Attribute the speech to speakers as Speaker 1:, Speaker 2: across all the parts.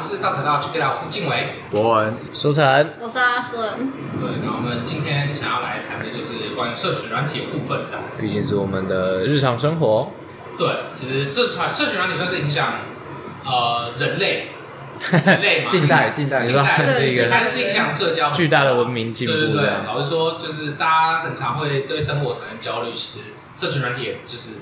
Speaker 1: 是大可道去给大家，我是静伟。
Speaker 2: 博文，
Speaker 3: 舒晨，
Speaker 4: 我是阿顺，
Speaker 1: 对，那我们今天想要来谈的就是关于社群软体的部分，这样子。
Speaker 3: 毕竟是我们的日常生活，
Speaker 1: 对，其实社群社群软体算是影响呃人类，人类 嘛，
Speaker 2: 近代近代
Speaker 1: 近代
Speaker 3: 你说
Speaker 4: 对
Speaker 3: 这
Speaker 4: 近
Speaker 1: 它
Speaker 4: 代
Speaker 3: 个
Speaker 1: 就是影响社交
Speaker 3: 巨大的文明进步，
Speaker 1: 对对
Speaker 3: 这
Speaker 1: 对，
Speaker 3: 样
Speaker 1: 老实说，就是大家很常会对生活产生焦虑，其实社群软体也就是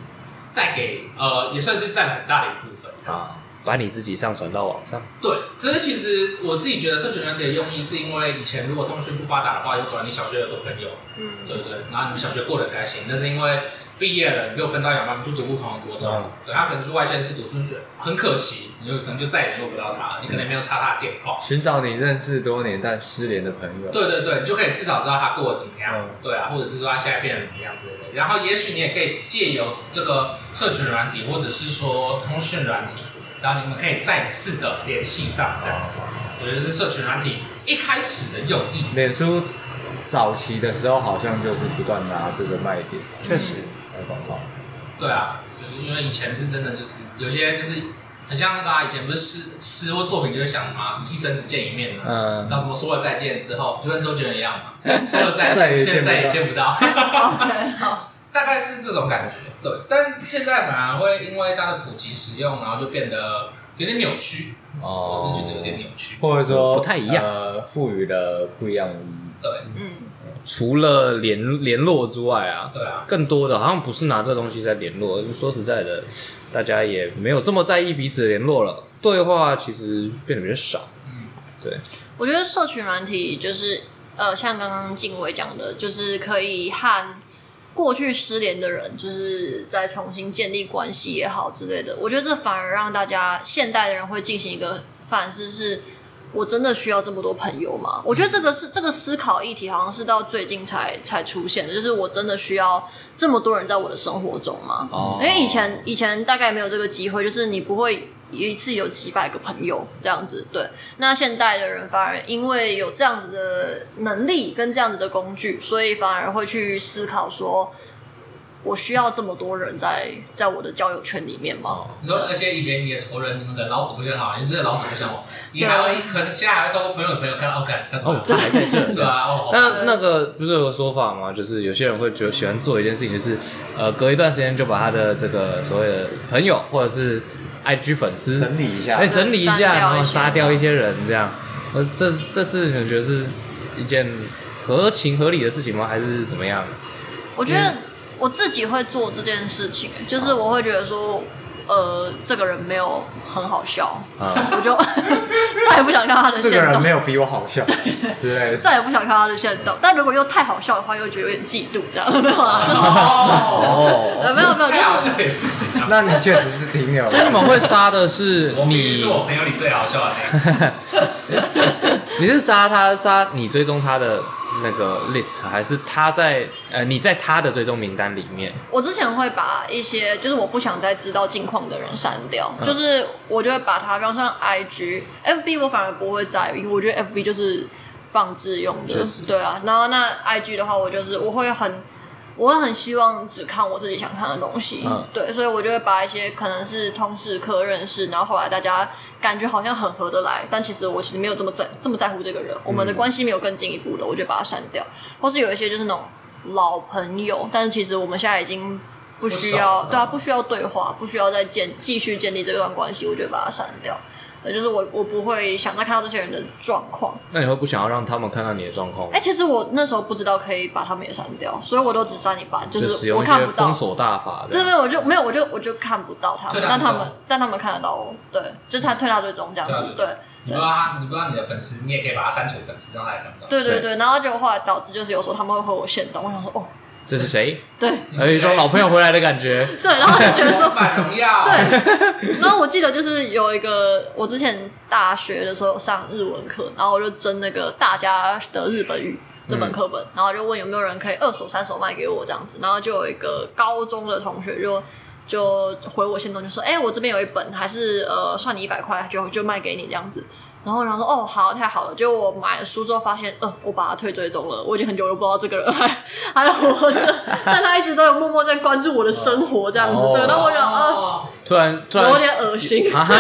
Speaker 1: 带给呃，也算是占很大的一部分。
Speaker 3: 啊，把你自己上传到网上，
Speaker 1: 对，这是其实我自己觉得社群软体的用意，是因为以前如果通讯不发达的话，有可能你小学有个朋友，
Speaker 4: 嗯，
Speaker 1: 对不对？然后你们小学过得很开心，但是因为毕业了，你又分道扬镳，你去读不同的国中，
Speaker 2: 嗯
Speaker 1: 对他可能去外县市读书去，很可惜，你就可能就再也联络不到他了，你可能也没有插他的电话。
Speaker 2: 寻找你认识多年但失联的朋友。
Speaker 1: 对对对，你就可以至少知道他过得怎么样，
Speaker 2: 嗯
Speaker 1: 对啊，或者是说他现在变得怎么样之类的。然后也许你也可以借由这个社群软体，或者是说通讯软体，然后你们可以再次的联系上，这样子，
Speaker 2: 哦
Speaker 1: 我觉得是社群软体一开始的用意。
Speaker 2: 脸书早期的时候好像就是不断拿这个卖点
Speaker 3: 确实，
Speaker 2: 来广告。
Speaker 1: 对啊，就是因为以前是真的，就是有些就是很像那个、啊、以前不是诗诗或作品，就是想嘛，什么一生只见一面嘛，
Speaker 3: 嗯
Speaker 1: 那、什么说了再见之后，就跟周杰伦一样 嘛，说了再
Speaker 2: 再也
Speaker 1: 见，却
Speaker 2: 见不
Speaker 1: 再也
Speaker 2: 到
Speaker 1: 见不到。
Speaker 4: OK，好，
Speaker 1: 大概是这种感觉。对，但现在反而会因为它的普及使用，然后就变得有点扭曲，
Speaker 3: 哦
Speaker 1: 我是觉得有点扭曲。
Speaker 2: 或者说
Speaker 3: 不太一样
Speaker 2: 呃，赋予了不一样的意义。
Speaker 1: 对，
Speaker 4: 嗯，
Speaker 3: 除了联联络之外啊，
Speaker 1: 对啊，
Speaker 3: 更多的好像不是拿这东西在联络，说实在的，大家也没有这么在意彼此的联络了，对话其实变得比较少，
Speaker 1: 嗯，
Speaker 3: 对，
Speaker 4: 我觉得社群软体就是呃，像刚刚静伟讲的，就是可以和过去失联的人，就是再重新建立关系也好之类的。我觉得这反而让大家现代的人会进行一个反思是。我真的需要这么多朋友吗？我觉得这个是这个思考议题，好像是到最近才才出现的，就是我真的需要这么多人在我的生活中吗？
Speaker 3: 哦
Speaker 4: 因为以前以前大概没有这个机会，就是你不会一次有几百个朋友这样子。对，那现代的人反而因为有这样子的能力跟这样子的工具，所以反而会去思考说，我需要这么多人在在我的交友圈里面吗？
Speaker 1: 你说，而且以前你的仇人，你们可能老死不相往来，你真的老死不相往来，你还会可能现在还会透过朋友的朋友看到，哦，干他怎么
Speaker 3: 哦
Speaker 1: 了，
Speaker 3: 他还在这，
Speaker 1: 对啊，哦，好
Speaker 3: 那那个不是有个说法吗？就是有些人会觉得喜欢做一件事情，就是呃，隔一段时间就把他的这个所谓的朋友或者是 IG 粉丝
Speaker 2: 整理一下
Speaker 3: 哎，整理一
Speaker 4: 删
Speaker 3: 下，
Speaker 4: 掉一些
Speaker 3: 然后杀掉一些人，这样，呃，这这是你觉得是一件合情合理的事情吗？还是怎么样？
Speaker 4: 我觉得我自己会做这件事情，欸就是我会觉得说，呃，这个人没有很好笑，
Speaker 3: 啊、
Speaker 4: 我就 再也不想看他的
Speaker 2: 这
Speaker 4: 现
Speaker 2: 个人
Speaker 4: 状
Speaker 2: 没。有比我好笑之类的。
Speaker 4: 再也不想看他的现动，但如果又太好笑的话，又觉得有点嫉妒，这样 没有啊？
Speaker 1: 哦，
Speaker 3: 哦，
Speaker 4: 呃没有没有，就
Speaker 1: 太好
Speaker 4: 是
Speaker 1: 笑也不行啊。
Speaker 2: 那你确实是挺牛
Speaker 3: 所以你
Speaker 2: 的。
Speaker 3: 们会杀的是
Speaker 1: 我必须
Speaker 3: 你
Speaker 1: 是，我朋友里最好笑的那 个，
Speaker 3: 你是杀他杀你追踪他的那个 list，还是他在呃你在他的追踪名单里面？
Speaker 4: 我之前会把一些就是我不想再知道近况的人删掉，就是我就会把它，比方像 IG、FB，我反而不会在意，我觉得 FB 就是放置用
Speaker 3: 确
Speaker 4: 的
Speaker 3: 实，
Speaker 4: 对啊。然后那 IG 的话，我就是我会很。我会很希望只看我自己想看的东西，
Speaker 3: 嗯
Speaker 4: 对，所以我就会把一些可能是通识课认识，然后后来大家感觉好像很合得来，但其实我其实没有这么在这么在乎这个人，
Speaker 3: 嗯
Speaker 4: 我们的关系没有更进一步的，我就把它删掉。或是有一些就是那种老朋友，但是其实我们现在已经不需
Speaker 3: 嗯
Speaker 4: 要，对啊，不需要对话，不需要再建继续建立这段关系，我就把它删掉。呃，就是我我不会想再看到这些人的状况。
Speaker 3: 那你会不想要让他们看到你的状况吗
Speaker 4: 哎、？其实我那时候不知道可以把他们也删掉，所以我都只删一半，就
Speaker 3: 就使
Speaker 4: 是
Speaker 3: 用
Speaker 4: 我
Speaker 3: 一
Speaker 4: 看
Speaker 3: 些
Speaker 4: 不到
Speaker 3: 封。锁大法这
Speaker 4: 这
Speaker 3: 样。
Speaker 4: 边我就没有，我就我就看不到他
Speaker 1: 退
Speaker 4: 们，
Speaker 1: 到
Speaker 4: 但他
Speaker 1: 追
Speaker 4: 们
Speaker 1: 踪
Speaker 4: 但他们看得到我，对，就是他退到追踪这样子，
Speaker 1: 对
Speaker 4: 对
Speaker 1: 啊你不知道他，你不知道你的粉丝，你也可以把他删除粉丝，让他也看不到。
Speaker 4: 对对
Speaker 3: 对
Speaker 4: 对，然后就后来导致就是有时候他们会回我线动，我想说哦，
Speaker 3: 这是谁？
Speaker 4: 对
Speaker 3: 有一种老朋友回来的感觉。
Speaker 4: 对，然后就觉得说
Speaker 1: 说反荣耀，
Speaker 4: 对，然后我记得就是有一个，我之前大学的时候上日文课，然后我就争那个大家的日本语这本课本，然后就问有没有人可以二手、三手卖给我这样子，然后就有一个高中的同学就。就回我心中就说，哎、我这边有一本，还是呃，算你一百块，就就卖给你这样子。然后我想说哦好太好了，结果我买了书之后发现，呃，我把他退追踪了，我已经很久都不知道这个人还还活着，但他一直都有默默在关注我的生活这样子，
Speaker 3: 哦
Speaker 4: 对，然后我想呃
Speaker 1: 哦，
Speaker 3: 突然突然
Speaker 4: 有点恶心，
Speaker 3: 啊哈，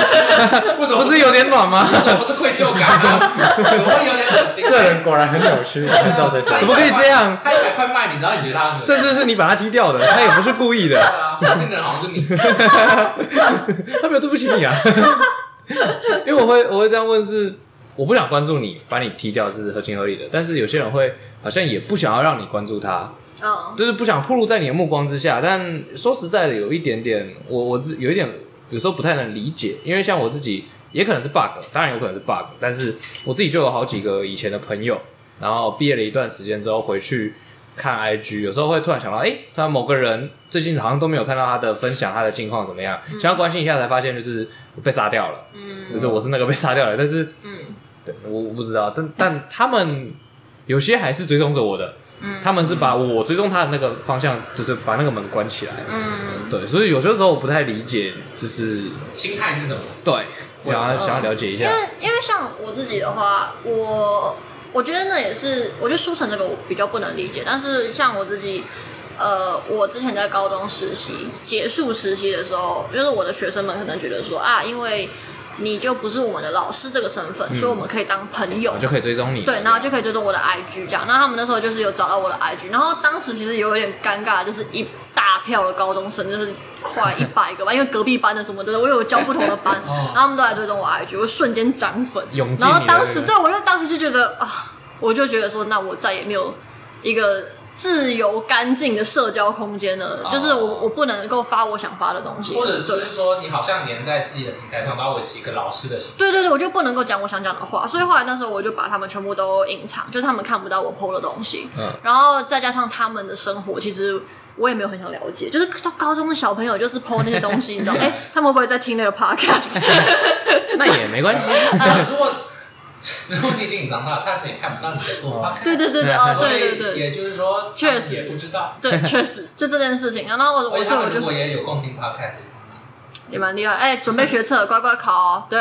Speaker 1: 不怎么
Speaker 3: 不是有点暖吗？
Speaker 1: 不是愧疚感 啊，我会有点恶心。
Speaker 2: 这人果然很扭曲，很少在
Speaker 1: 他一百块
Speaker 2: 想
Speaker 3: 怎。么可以这样
Speaker 1: 他一百块卖你，然后你觉得他很恶心
Speaker 3: 甚至是你把他踢掉的，他也不是故意的，
Speaker 1: 对啊，那个人好像是你。
Speaker 3: 他没有对不起你啊。 因为我会我会这样问是，我不想关注你，把你踢掉这是合情合理的。但是有些人会好像也不想要让你关注他，
Speaker 4: 嗯，
Speaker 3: 就是不想暴露在你的目光之下。但说实在的，有一点点，我我自有一点有时候不太能理解，因为像我自己也可能是 bug，当然有可能是 bug，但是我自己就有好几个以前的朋友，然后毕业了一段时间之后回去。看 IG，有时候会突然想到，哎、他某个人最近好像都没有看到他的分享，他的近况怎么样？想要关心一下，才发现就是被杀掉了，嗯，就是我是那个被杀掉了，但是，嗯，对我我不知道，但但他们有些还是追踪着我的，他们是把我追踪他的那个方向，就是把那个门关起来。嗯，对，所以有些时候我不太理解，就是
Speaker 1: 心态是什么？
Speaker 3: 对，我想要想要了解一
Speaker 4: 因
Speaker 3: 下
Speaker 4: 为。因为像我自己的话，我我觉得那也是，我觉得书城这个我比较不能理解，但是像我自己。呃，我之前在高中实习结束实习的时候，就是我的学生们可能觉得说啊，因为你就不是我们的老师这个身
Speaker 3: 嗯
Speaker 4: 份，所以我们可以当朋友
Speaker 3: 我，就可以追踪你。
Speaker 4: 对，然后就可以追踪我的 IG 这样。那他们那时候就是有找到我的 IG，然后当时其实有一点尴尬，就是一大票的高中生，就是快一百个吧，因为隔壁班的什么的，我有教不同的 班，然后他们都来追踪我 IG，我瞬间涨粉
Speaker 3: 哦涌。进
Speaker 4: 然后
Speaker 3: 你的
Speaker 4: 当时
Speaker 3: 那个
Speaker 4: 对我就当时就觉得啊，我就觉得说，那我再也没有一个。自由干净的社交空间了，
Speaker 3: 哦
Speaker 4: 就是我我不能够发我想发的东西，
Speaker 1: 或者
Speaker 4: 对
Speaker 1: 就是说，你好像连在自己的平台上都要维持一个老师的形象。
Speaker 4: 对对对，我就不能够讲我想讲的话，所以后来那时候我就把他们全部都隐藏，就是他们看不到我 PO 的东西。
Speaker 3: 嗯
Speaker 4: 然后再加上他们的生活，其实我也没有很想了解，就是高中的小朋友就是 PO 那些东西，你 知道，哎、他们会不会在听那个 podcast？
Speaker 3: 那也没 关系。
Speaker 1: 如果如果你已经长大，他们也看不到你在做 p o
Speaker 4: 对对对对，哦，
Speaker 1: 所以
Speaker 4: 对对对。
Speaker 1: 也就是说，
Speaker 4: 确实
Speaker 1: 他们也不知道。
Speaker 4: 对，确实就这件事情，然后我
Speaker 1: 而
Speaker 4: 我
Speaker 1: 且他
Speaker 4: 所以我
Speaker 1: 们如
Speaker 4: 就
Speaker 1: 果也有共听 podcast，
Speaker 4: 也蛮厉害，哎、准备学测，乖乖考哦， 对，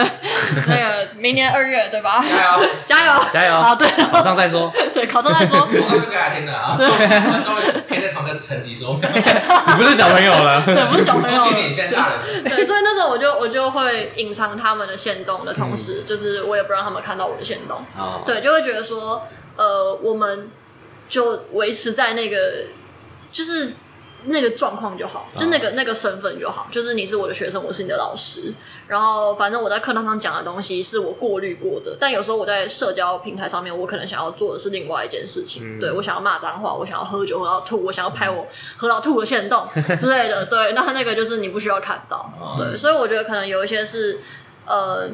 Speaker 4: 那个明年二月对吧？
Speaker 1: 加油！
Speaker 4: 加油，啊
Speaker 3: 加油
Speaker 4: 好，对，
Speaker 3: 马上再说，
Speaker 4: 对，考中再说。
Speaker 1: 我刚刚给他听了 啊，我终于可以在同一个层级说，恭
Speaker 3: 你不是小朋友了。
Speaker 4: 对，不是小朋友了
Speaker 1: 喜你变大人。
Speaker 4: 对，所以那时候我就我就会隐藏他们的线动的同时，就是我也不让他们看到我的线动，
Speaker 3: 哦，
Speaker 4: 对，就会觉得说，呃，我们就维持在那个就是那个状况就好，就那个、那个身份就好，就是你是我的学生，我是你的老师，然后反正我在课堂上讲的东西是我过滤过的，但有时候我在社交平台上面，我可能想要做的是另外一件事情，对我想要骂脏话，我想要喝酒喝到吐，我想要拍我喝到吐的 线动之类的，对，那那个就是你不需要看到，
Speaker 1: 哦
Speaker 4: 对，所以我觉得可能有一些是呃，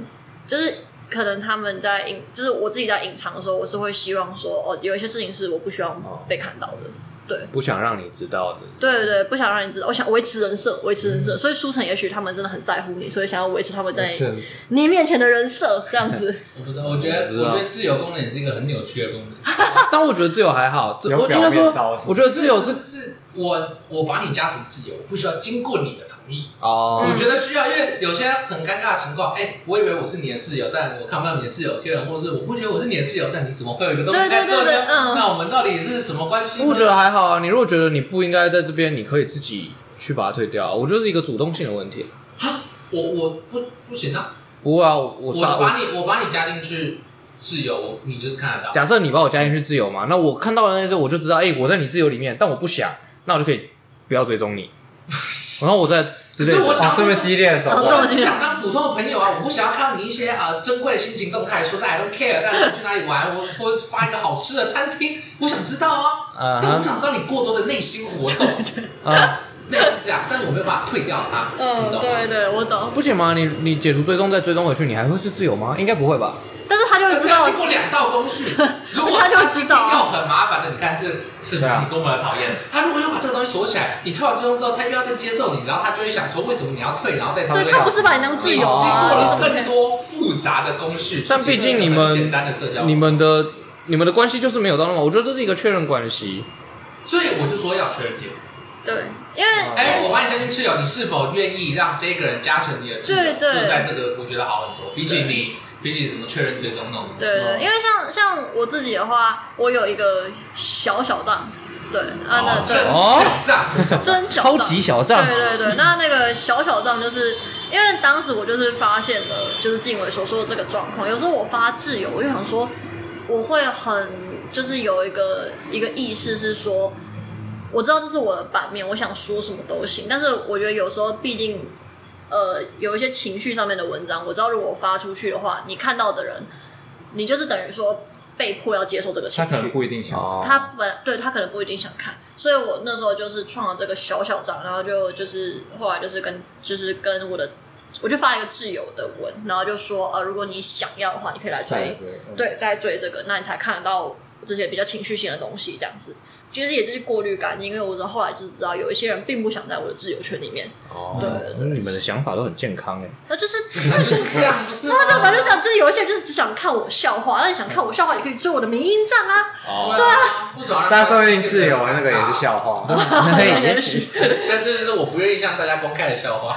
Speaker 4: 就是。可能他们在隐，就是我自己在隐藏的时候，我是会希望说，哦，有一些事情是我不希望
Speaker 1: 哦
Speaker 4: 被看到的，对。
Speaker 3: 不想让你知道的。
Speaker 4: 对对对，不想让你知道，我想维持人设，维持人
Speaker 1: 嗯
Speaker 4: 设。所以书城也许他们真的很在乎你，所以想要维持他们在
Speaker 2: 是
Speaker 4: 你面前的人设，这 样子。
Speaker 1: 我不知道，我觉得
Speaker 3: 我不知道
Speaker 1: 我觉得自由功能也是一个很扭曲的功能。
Speaker 3: 但我觉得自由还好，这
Speaker 2: 有
Speaker 3: 我应
Speaker 2: 表
Speaker 3: 该
Speaker 2: 面
Speaker 3: 说
Speaker 2: 到，
Speaker 3: 我觉得自由是
Speaker 1: 是是，我我把你加成自由，不需要经过你的同意。
Speaker 3: 哦
Speaker 4: 嗯
Speaker 1: 我，觉得需要，因为有些很尴尬的情况，哎、我以为我是你的挚友，但我看不到你的挚友贴文，或是我不觉得我是你的挚友，但你怎么会有一个东西在
Speaker 4: 对对
Speaker 1: 这
Speaker 4: 对对
Speaker 1: 呢？
Speaker 4: 嗯
Speaker 1: 那我们到底是什么关系呢？
Speaker 3: 我觉得还好啊。你如果觉得你不应该在这边，你可以自己去把它退掉啊。我觉得是一个主动性的问题。
Speaker 1: 我我不不行啊，
Speaker 3: 不会啊，我我
Speaker 1: 我
Speaker 3: 杀
Speaker 1: 把你我把你加进去挚友，我你就是看得到。
Speaker 3: 假设你把我加进去自由嘛，那我看到的那些我就知道，哎、我在你自由里面，但我不想，那我就可以不要追踪你， 然后我再之类
Speaker 1: 可是我
Speaker 3: 的。哦
Speaker 2: 哇，这么激烈的手
Speaker 4: 这
Speaker 1: 我
Speaker 4: 么
Speaker 2: 段，
Speaker 1: 只 想当普通的朋友啊，我不想要看到你一些呃珍贵的心情动态，说在 I don't care，但是去哪里玩，我或者发一个好吃的餐厅，我想知道啊
Speaker 3: 嗯哼
Speaker 1: 但我不想知道你过多的内心活 动，
Speaker 3: 啊、
Speaker 1: 类似这样，但我没有办法退掉它，你
Speaker 4: 嗯，
Speaker 1: 懂吗？
Speaker 4: 对对，我懂。
Speaker 3: 不行吗？你你解除追踪再追踪回去，你还会是自由吗？应该不会吧？
Speaker 4: 但是他就
Speaker 1: 但
Speaker 4: 会
Speaker 1: 是
Speaker 4: 知
Speaker 1: 要
Speaker 4: 道
Speaker 1: 经，过两道工序，如果
Speaker 4: 他就知道
Speaker 1: 又很麻烦的，你看这是
Speaker 2: 对啊
Speaker 1: 你多么的讨厌。他如果又把这个东西锁起来，你退完追踪之后，他又要再接受你，然后他就会想说，为什么你要退，然后再退
Speaker 4: 对他不是把你当
Speaker 1: 所
Speaker 4: 挚
Speaker 1: 以经
Speaker 4: 友
Speaker 1: 过
Speaker 4: 啊，
Speaker 1: 了
Speaker 4: 你怎么可
Speaker 1: 更
Speaker 4: 以？
Speaker 1: 多复杂的工序，
Speaker 3: 但毕竟你们
Speaker 1: 去进行很简单的社交，
Speaker 3: 你们的你们的关系就是没有到那么，我觉得这是一个确认关系。
Speaker 1: 所以我就说要确认点。
Speaker 4: 对，因为
Speaker 1: 哎，我把你加进挚友，你是否愿意让这个人加成你的挚友？
Speaker 4: 对对
Speaker 1: 就在这个我觉得好很多，比起你。比起什么确认追踪那种。
Speaker 4: 对对，对因为像像我自己的话，我有一个小小账，对啊，那
Speaker 1: 哦，真
Speaker 4: 对
Speaker 3: 哦
Speaker 1: 小账，
Speaker 4: 真小
Speaker 3: 超
Speaker 4: 账
Speaker 3: 级小账，
Speaker 4: 对对对，那那个小小账就是。因为当时我就是发现了，就是静伟所说的这个状况。有时候我发自由，我就想说，我会很就是有一个一个意识是说，我知道这是我的版面，我想说什么都行。但是我觉得有时候，毕竟呃有一些情绪上面的文章，我知道如果我发出去的话，你看到的人，你就是等于说被迫要接受这个情
Speaker 2: 他
Speaker 4: 绪。
Speaker 2: 可能不一定想。
Speaker 3: 哦，
Speaker 4: 他本来对他可能不一定想看，所以我那时候就是创了这个小小账，然后就就是后来就是跟就是跟我的，我就发了一个挚友的文，然后就说呃，如果你想要的话，你可以来
Speaker 2: 在
Speaker 4: 追，
Speaker 2: 这个，
Speaker 4: 对，在追这个，那你才看得到这些比较情绪性的东西，这样子。其实也就是过滤干净，因为我后来就知道有一些人并不想在我的挚友圈里面，
Speaker 3: 哦
Speaker 4: 对对
Speaker 3: 你们的想法都很健康哎，
Speaker 4: 那就是
Speaker 1: 那就是这样，不是吗？
Speaker 4: 他这反正讲，就是有一些人就是只想看我笑话，那你想看我笑话，也可以追我的名音账啊，
Speaker 1: 对啊，不爽。
Speaker 2: 大家说不定自由那个也是笑话，
Speaker 4: 也 许
Speaker 1: 但这就是我不愿意向大家公开的笑话。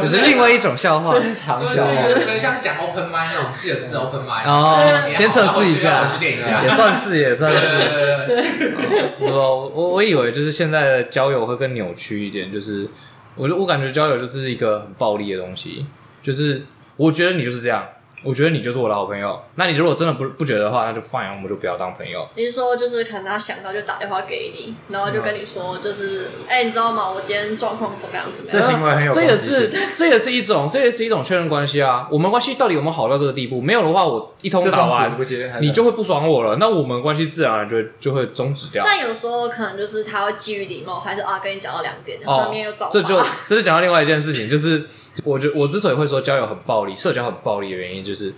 Speaker 3: 只是另外一种笑话。
Speaker 2: 私藏
Speaker 1: 对
Speaker 2: 笑话。
Speaker 1: 对，可能像是讲 open mind 那种，自由是 open mind。
Speaker 3: 哦，先测试一
Speaker 1: 然
Speaker 3: 下
Speaker 1: 后我去练一，
Speaker 3: 也
Speaker 1: 下。
Speaker 3: 算是也算
Speaker 1: 对
Speaker 3: 是。
Speaker 1: 对对对，
Speaker 3: 我我我以为就是现在的交友会更扭曲一点，就是我就我感觉交友就是一个很暴力的东西，就是我觉得你就是这样，我觉得你就是我的好朋友。那你如果真的不不觉得的话，那就 fine，我们就不要当朋友。
Speaker 4: 你是说就是可能他想到就打电话给你，然后就跟你说就是，哎、你知道吗？我今天状况怎么样怎么
Speaker 2: 这
Speaker 4: 样？
Speaker 2: 行为很有
Speaker 3: 这
Speaker 2: 攻
Speaker 3: 也
Speaker 2: 击性
Speaker 3: 是这也是一种这也是一种确认关系啊。我们关系到底有没有好到这个地步？没有的话，我一通
Speaker 2: 就
Speaker 3: 打
Speaker 2: 装死
Speaker 3: 完
Speaker 2: 不，接，还是
Speaker 3: 你就会不爽我了，那我们关系自然而然就会就会终止掉。
Speaker 4: 但有时候可能就是他会基于礼貌，还是啊跟你讲到两点，
Speaker 1: 哦
Speaker 4: 上面又找
Speaker 3: 哦这 就
Speaker 4: 茬
Speaker 3: 这就讲到另外一件事情，就是我觉我之所以会说交友很暴力，社交很暴力的原因，就是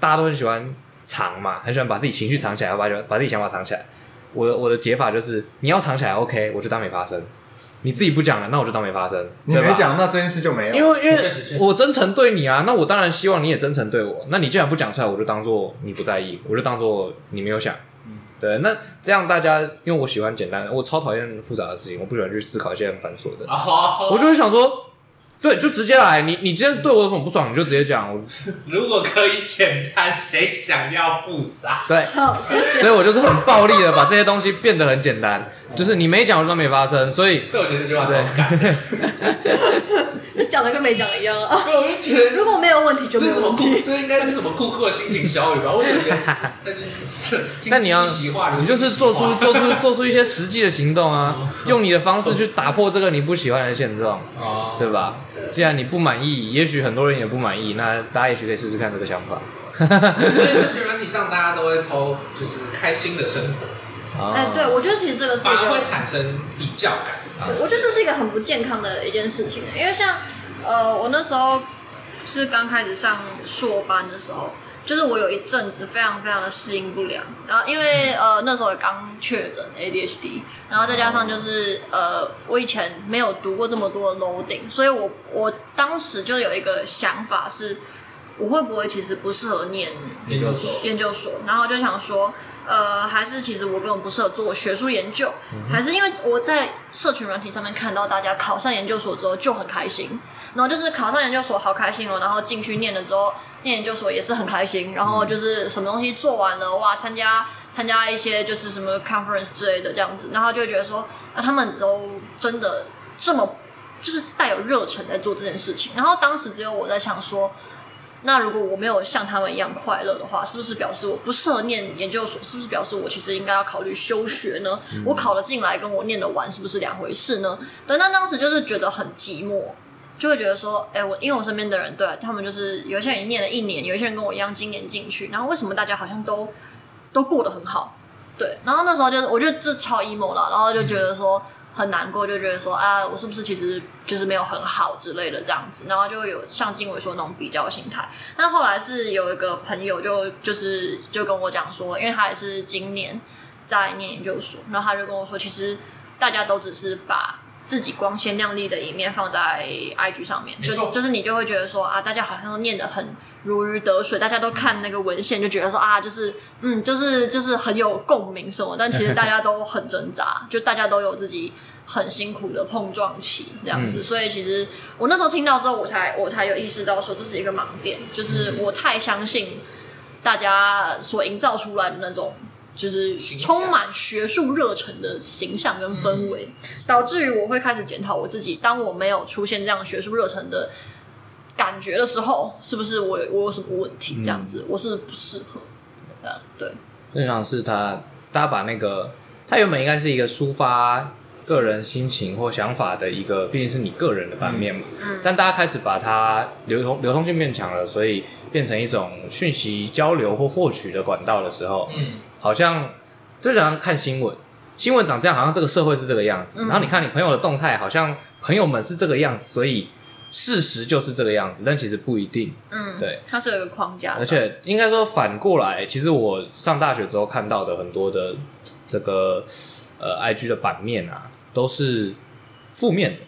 Speaker 3: 大家都很喜欢藏嘛，很喜欢把自己情绪藏起来，把把自己想法藏起来。我的我的解法就是，你要藏起来，OK，我就当没发生。你自己不讲了，那我就当没发生，
Speaker 2: 你
Speaker 3: 对吧
Speaker 2: 没，讲，那这件事就没有。
Speaker 3: 因为因为
Speaker 1: 确实确实
Speaker 3: 我真诚对你啊，那我当然希望你也真诚对我。那你既然不讲出来，我就当做你不在意，我就当做你没有想。
Speaker 1: 嗯
Speaker 3: 对，那这样大家，因为我喜欢简单，我超讨厌复杂的事情，我不喜欢去思考一些很繁琐的。我
Speaker 1: 哦，
Speaker 3: 就会想说，对，就直接来。你你今天对我有什么不爽，你就直接讲。我
Speaker 1: 如果可以简单，谁想要复杂？
Speaker 3: 对，
Speaker 4: 好，哦谢
Speaker 3: 所
Speaker 4: 谢。
Speaker 3: 以我就是很暴力的把这些东西变得很简单，就是你没讲，我就当没发生。所以
Speaker 1: 对，我觉得这句话超感。
Speaker 4: 你讲的跟没讲一样啊。
Speaker 1: 对，我就觉得。
Speaker 4: 如果没有问题就
Speaker 1: 这
Speaker 4: 没
Speaker 1: 是什
Speaker 4: 有
Speaker 1: 么
Speaker 4: 问
Speaker 1: 酷？
Speaker 4: 题。
Speaker 1: 这应该是什么酷酷的心情小语吧？我感觉这就是，
Speaker 3: 但你要，
Speaker 1: 听其话
Speaker 3: 你就是 做出做出做出一些实际的行动啊，用你的方式去打破这个你不喜欢的现状，
Speaker 1: 哦，
Speaker 3: 对吧？既然你不满意，也许很多人也不满意，那大家也许可以试试看这个想法。
Speaker 1: 所以社群软体上大家都会 PO 就是开心的生活，
Speaker 3: 啊
Speaker 4: 哎、对，我觉得其实这个是一
Speaker 1: 反而
Speaker 4: 个
Speaker 1: 会产生比较感。
Speaker 4: 对我觉得这是一个很不健康的一件事情，因为像呃，我那时候是刚开始上硕班的时候，就是我有一阵子非常非常的适应不良，然后因为呃那时候也刚确诊 ADHD，然后再加上就是呃我以前没有读过这么多的 loading，所以我我当时就有一个想法是，我会不会其实不适合念
Speaker 1: 研究所
Speaker 4: 研究所，然后就想说，呃，还是其实我根本不适合做学术研究，
Speaker 1: 嗯
Speaker 4: 还是因为我在社群软体上面看到大家考上研究所之后就很开心，然后就是考上研究所好开心哦，然后进去念了之后，念研究所也是很开心，然后就是什么东西做完了，哇，参加参加一些就是什么 conference 之类的这样子，然后就会觉得说，啊，他们都真的这么就是带有热忱在做这件事情，然后当时只有我在想说。那如果我没有像他们一样快乐的话，是不是表示我不适合念研究所？是不是表示我其实应该要考虑休学呢？我考了进来跟我念的完是不是两回事呢？但那当时就是觉得很寂寞，就会觉得说，哎、我因为我身边的人对他们就是有一些人念了一年，有一些人跟我一样今年进去，然后为什么大家好像都都过得很好？对，然后那时候就是我就这超 emo 了，然后就觉得说很难过，就觉得说啊，我是不是其实就是没有很好之类的这样子，然后就会有像金伟说的那种比较心态。但后来是有一个朋友就就是就跟我讲说，因为他也是今年在念研究所，然后他就跟我说，其实大家都只是把自己光鲜亮丽的一面放在 IG 上面，
Speaker 1: 没
Speaker 4: 就
Speaker 1: 错嗯
Speaker 4: 就是你就会觉得说啊，大家好像都念得很如鱼得水，大家都看那个文献就觉得说啊，就是嗯，就是就是很有共鸣什么，但其实大家都很挣扎，就大家都有自己很辛苦的碰撞期这样
Speaker 1: 嗯
Speaker 4: 子。所以其实我那时候听到之后，我才我才有意识到说这是一个盲点，
Speaker 1: 嗯
Speaker 4: 就是我太相信大家所营造出来的那种。就是
Speaker 1: 形象
Speaker 4: 充满学术热忱的形象跟氛围，导致于我会开始检讨我自己。当我没有出现这样学术热忱的感觉的时候，是不是我我有什么问题？这样子，我是不适合。呃对，
Speaker 3: 正常是他，大家把那个，他原本应该是一个抒发个人心情或想法的一个，毕竟是你个人的版面嘛。但大家开始把它流通流通性变强了，所以变成一种讯息交流或获取的管道的时候，
Speaker 1: 嗯，
Speaker 3: 好像就想看新闻，新闻长这样，好像这个社会是这个样子。然后你看你朋友的动态，好像朋友们是这个样子，所以事实就是这个样子，但其实不一定。
Speaker 4: 嗯，
Speaker 3: 对，
Speaker 4: 它是有一个框架的，
Speaker 3: 而且应该说反过来，其实我上大学之后看到的很多的这个呃 IG 的版面啊，都是负面的。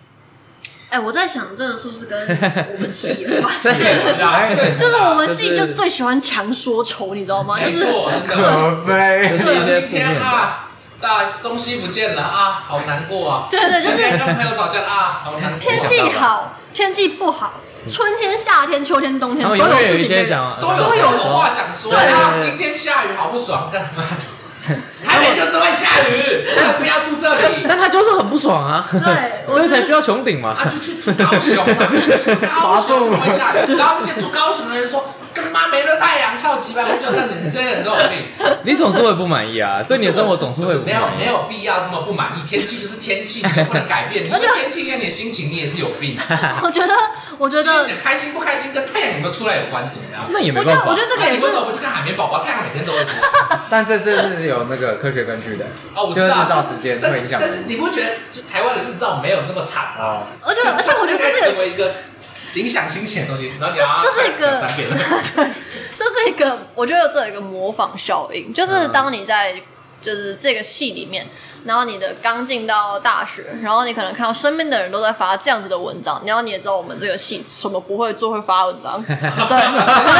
Speaker 4: 哎、我在想这个是不是跟我们系有 关系？
Speaker 1: 确实啊，确实啊
Speaker 4: 就是我们系
Speaker 3: 就
Speaker 4: 就是最喜欢强说丑，你知道吗？就
Speaker 1: 没
Speaker 4: 是
Speaker 1: 错， 真的。
Speaker 2: 可悲。
Speaker 3: 就是一些
Speaker 1: 今
Speaker 3: 负面
Speaker 1: 天
Speaker 3: 的
Speaker 1: 啊，大东西不见了啊，好难过啊。
Speaker 4: 对对，就是
Speaker 1: 跟朋友吵架啊，好难过。
Speaker 4: 天气好，天气不好，春天、夏天、秋天、冬天
Speaker 3: 然
Speaker 4: 嗯都
Speaker 3: 后永远有
Speaker 4: 事
Speaker 3: 一
Speaker 4: 情
Speaker 3: 些
Speaker 4: 可以
Speaker 3: 讲呃
Speaker 1: 都有
Speaker 4: 都有
Speaker 1: 什么话想说
Speaker 4: 对
Speaker 1: 啊？
Speaker 3: 对对
Speaker 1: 今天下雨好不爽，干 嘛？台北就是会下雨，那不要住这里，
Speaker 3: 但他就是很不爽啊，
Speaker 4: 对
Speaker 3: 所以才
Speaker 4: 我觉得
Speaker 3: 需要穹顶嘛。
Speaker 1: 啊，就去住高雄嘛， 高雄不会下雨。然后那些住高雄的人说，跟妈没了太阳，超级白，我就看你们这些人都有病，
Speaker 3: 你总是会不满意啊，对你的生活总是会不
Speaker 1: 没
Speaker 4: 啊
Speaker 1: 有
Speaker 3: 满
Speaker 1: 没
Speaker 3: 意。
Speaker 1: 有必要这么不满意。天气就是天气，你不能改变，你
Speaker 4: 而且
Speaker 1: 这天气跟你的心情，你也是有 病。
Speaker 4: 我觉得，我觉
Speaker 1: 就是
Speaker 4: 得
Speaker 1: 你的开心不开心跟太阳有没有出来有关系，你知道吗？
Speaker 3: 那也没
Speaker 4: 我觉
Speaker 3: 办
Speaker 4: 得，我
Speaker 3: 法
Speaker 4: 觉。得这个也
Speaker 1: 啊你
Speaker 4: 是
Speaker 1: 为什么不去看海绵宝宝？太阳每天都会出来。
Speaker 2: 但这次是有那个科学根 据的，
Speaker 1: 哦，我
Speaker 2: 就
Speaker 1: 知
Speaker 2: 是
Speaker 4: 啊
Speaker 1: 道，
Speaker 2: 日照时间
Speaker 1: 但
Speaker 2: 会
Speaker 1: 是
Speaker 2: 影响
Speaker 1: 但是你不觉得就台湾的日照没有那么长吗？
Speaker 3: 啊
Speaker 2: 哦，
Speaker 4: 而且啊而且我觉得这
Speaker 1: 该
Speaker 4: 是
Speaker 1: 成为一个影响心情的东西。然后你
Speaker 4: 这
Speaker 1: 要
Speaker 4: 这是一个
Speaker 1: 讲三遍 了
Speaker 4: 这是一个，我觉得这有一个模仿效应，
Speaker 3: 嗯
Speaker 4: 就是当你在就是这个戏里面，然后你的刚进到大学，然后你可能看到身边的人都在发这样子的文章，然后你也知道我们这个戏什么不会做会发文 章，对，可能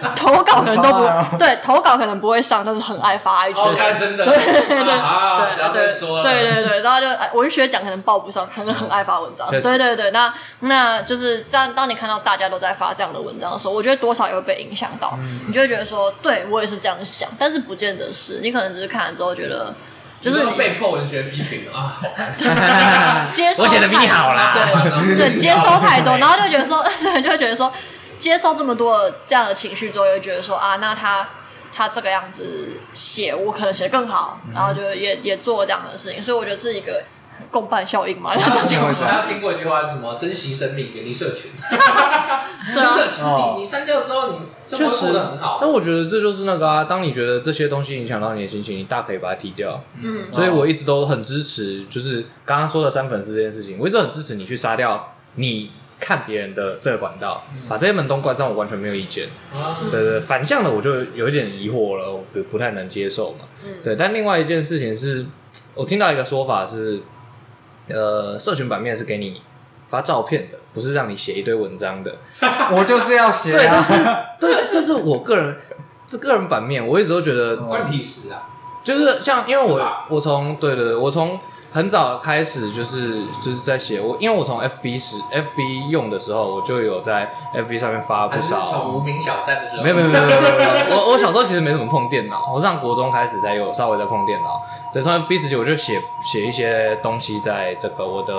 Speaker 4: 哎、投稿可能都不对，投稿可能不会上，但是很爱发 IG。
Speaker 1: 哦，看真的，
Speaker 4: 对对
Speaker 1: 啊，不要再说
Speaker 4: 对
Speaker 1: 了，嗯
Speaker 4: 对对对，然后就哎文学奖可能报不上，可能很爱发文章。
Speaker 3: 确实
Speaker 4: 对对对，那那就是当当你看到大家都在发这样的文章的时候，我觉得多少也会被影响到，
Speaker 1: 嗯
Speaker 4: 你就会觉得说，对我也是这样想，但是不见得是，你可能只是看了之后觉得，就
Speaker 1: 你
Speaker 4: 是
Speaker 1: 说
Speaker 4: 你
Speaker 1: 被迫文学批评了啊， 好烦
Speaker 4: 接收
Speaker 3: 我写得比你
Speaker 4: 太
Speaker 3: 好啦哦
Speaker 4: 对对，接收太多，然后就觉得说， 对，就会觉得说，接收这么多这样的情绪之后，又觉得说啊，那他他这个样子写，我可能写得更好，
Speaker 3: 嗯
Speaker 4: 然后就也也做这样的事情，所以我觉得是一个共伴效应
Speaker 3: 哦
Speaker 4: 嘛，
Speaker 1: 然后
Speaker 2: 这样会
Speaker 1: 我
Speaker 2: 这样
Speaker 1: 还有听过一句话，是什么珍惜生命，远离社群。
Speaker 4: 对啊
Speaker 1: 真的，其实
Speaker 2: 哦
Speaker 1: 你你删掉之后，你生
Speaker 3: 确
Speaker 1: 活过
Speaker 3: 实
Speaker 1: 得很好，
Speaker 3: 但。我觉得这就是那个啊，当你觉得这些东西影响到你的心情，你大可以把它踢掉。
Speaker 4: 嗯，
Speaker 3: 所以我一直都很支持，就是刚刚说的三粉丝这件事情，我一直很支持你去杀掉你看别人的这个管道，
Speaker 1: 嗯
Speaker 3: 把这些门都关上，我完全没有意见。
Speaker 1: 啊
Speaker 3: 对对，对反向的我就有一点疑惑了，我不不太能接受嘛。
Speaker 1: 嗯
Speaker 3: 对，但另外一件事情是，我听到一个说法是，呃，社群版面是给你发照片的，不是让你写一堆文章的。
Speaker 2: 我就是要写
Speaker 3: 对，但
Speaker 2: 啊。
Speaker 3: 是对，这是我个人这个人版面，我一直都觉得
Speaker 1: 关你屁事啊！
Speaker 3: 就是像，因为
Speaker 1: 对
Speaker 3: 我
Speaker 1: 吧
Speaker 3: 我从对对对，我从很早开始就是就是在写我，因为我从 FB 时 FB 用的时候，我就有在 FB 上面发
Speaker 1: 还
Speaker 3: 不
Speaker 1: 是
Speaker 3: 少。
Speaker 1: 从无名小站的时候，
Speaker 3: 没有没有没有没有没有，没有我我小时候其实没怎么碰电脑，我上国中开始才有稍微在碰电脑。对，从 FB 时期我就写写一些东西在这个我的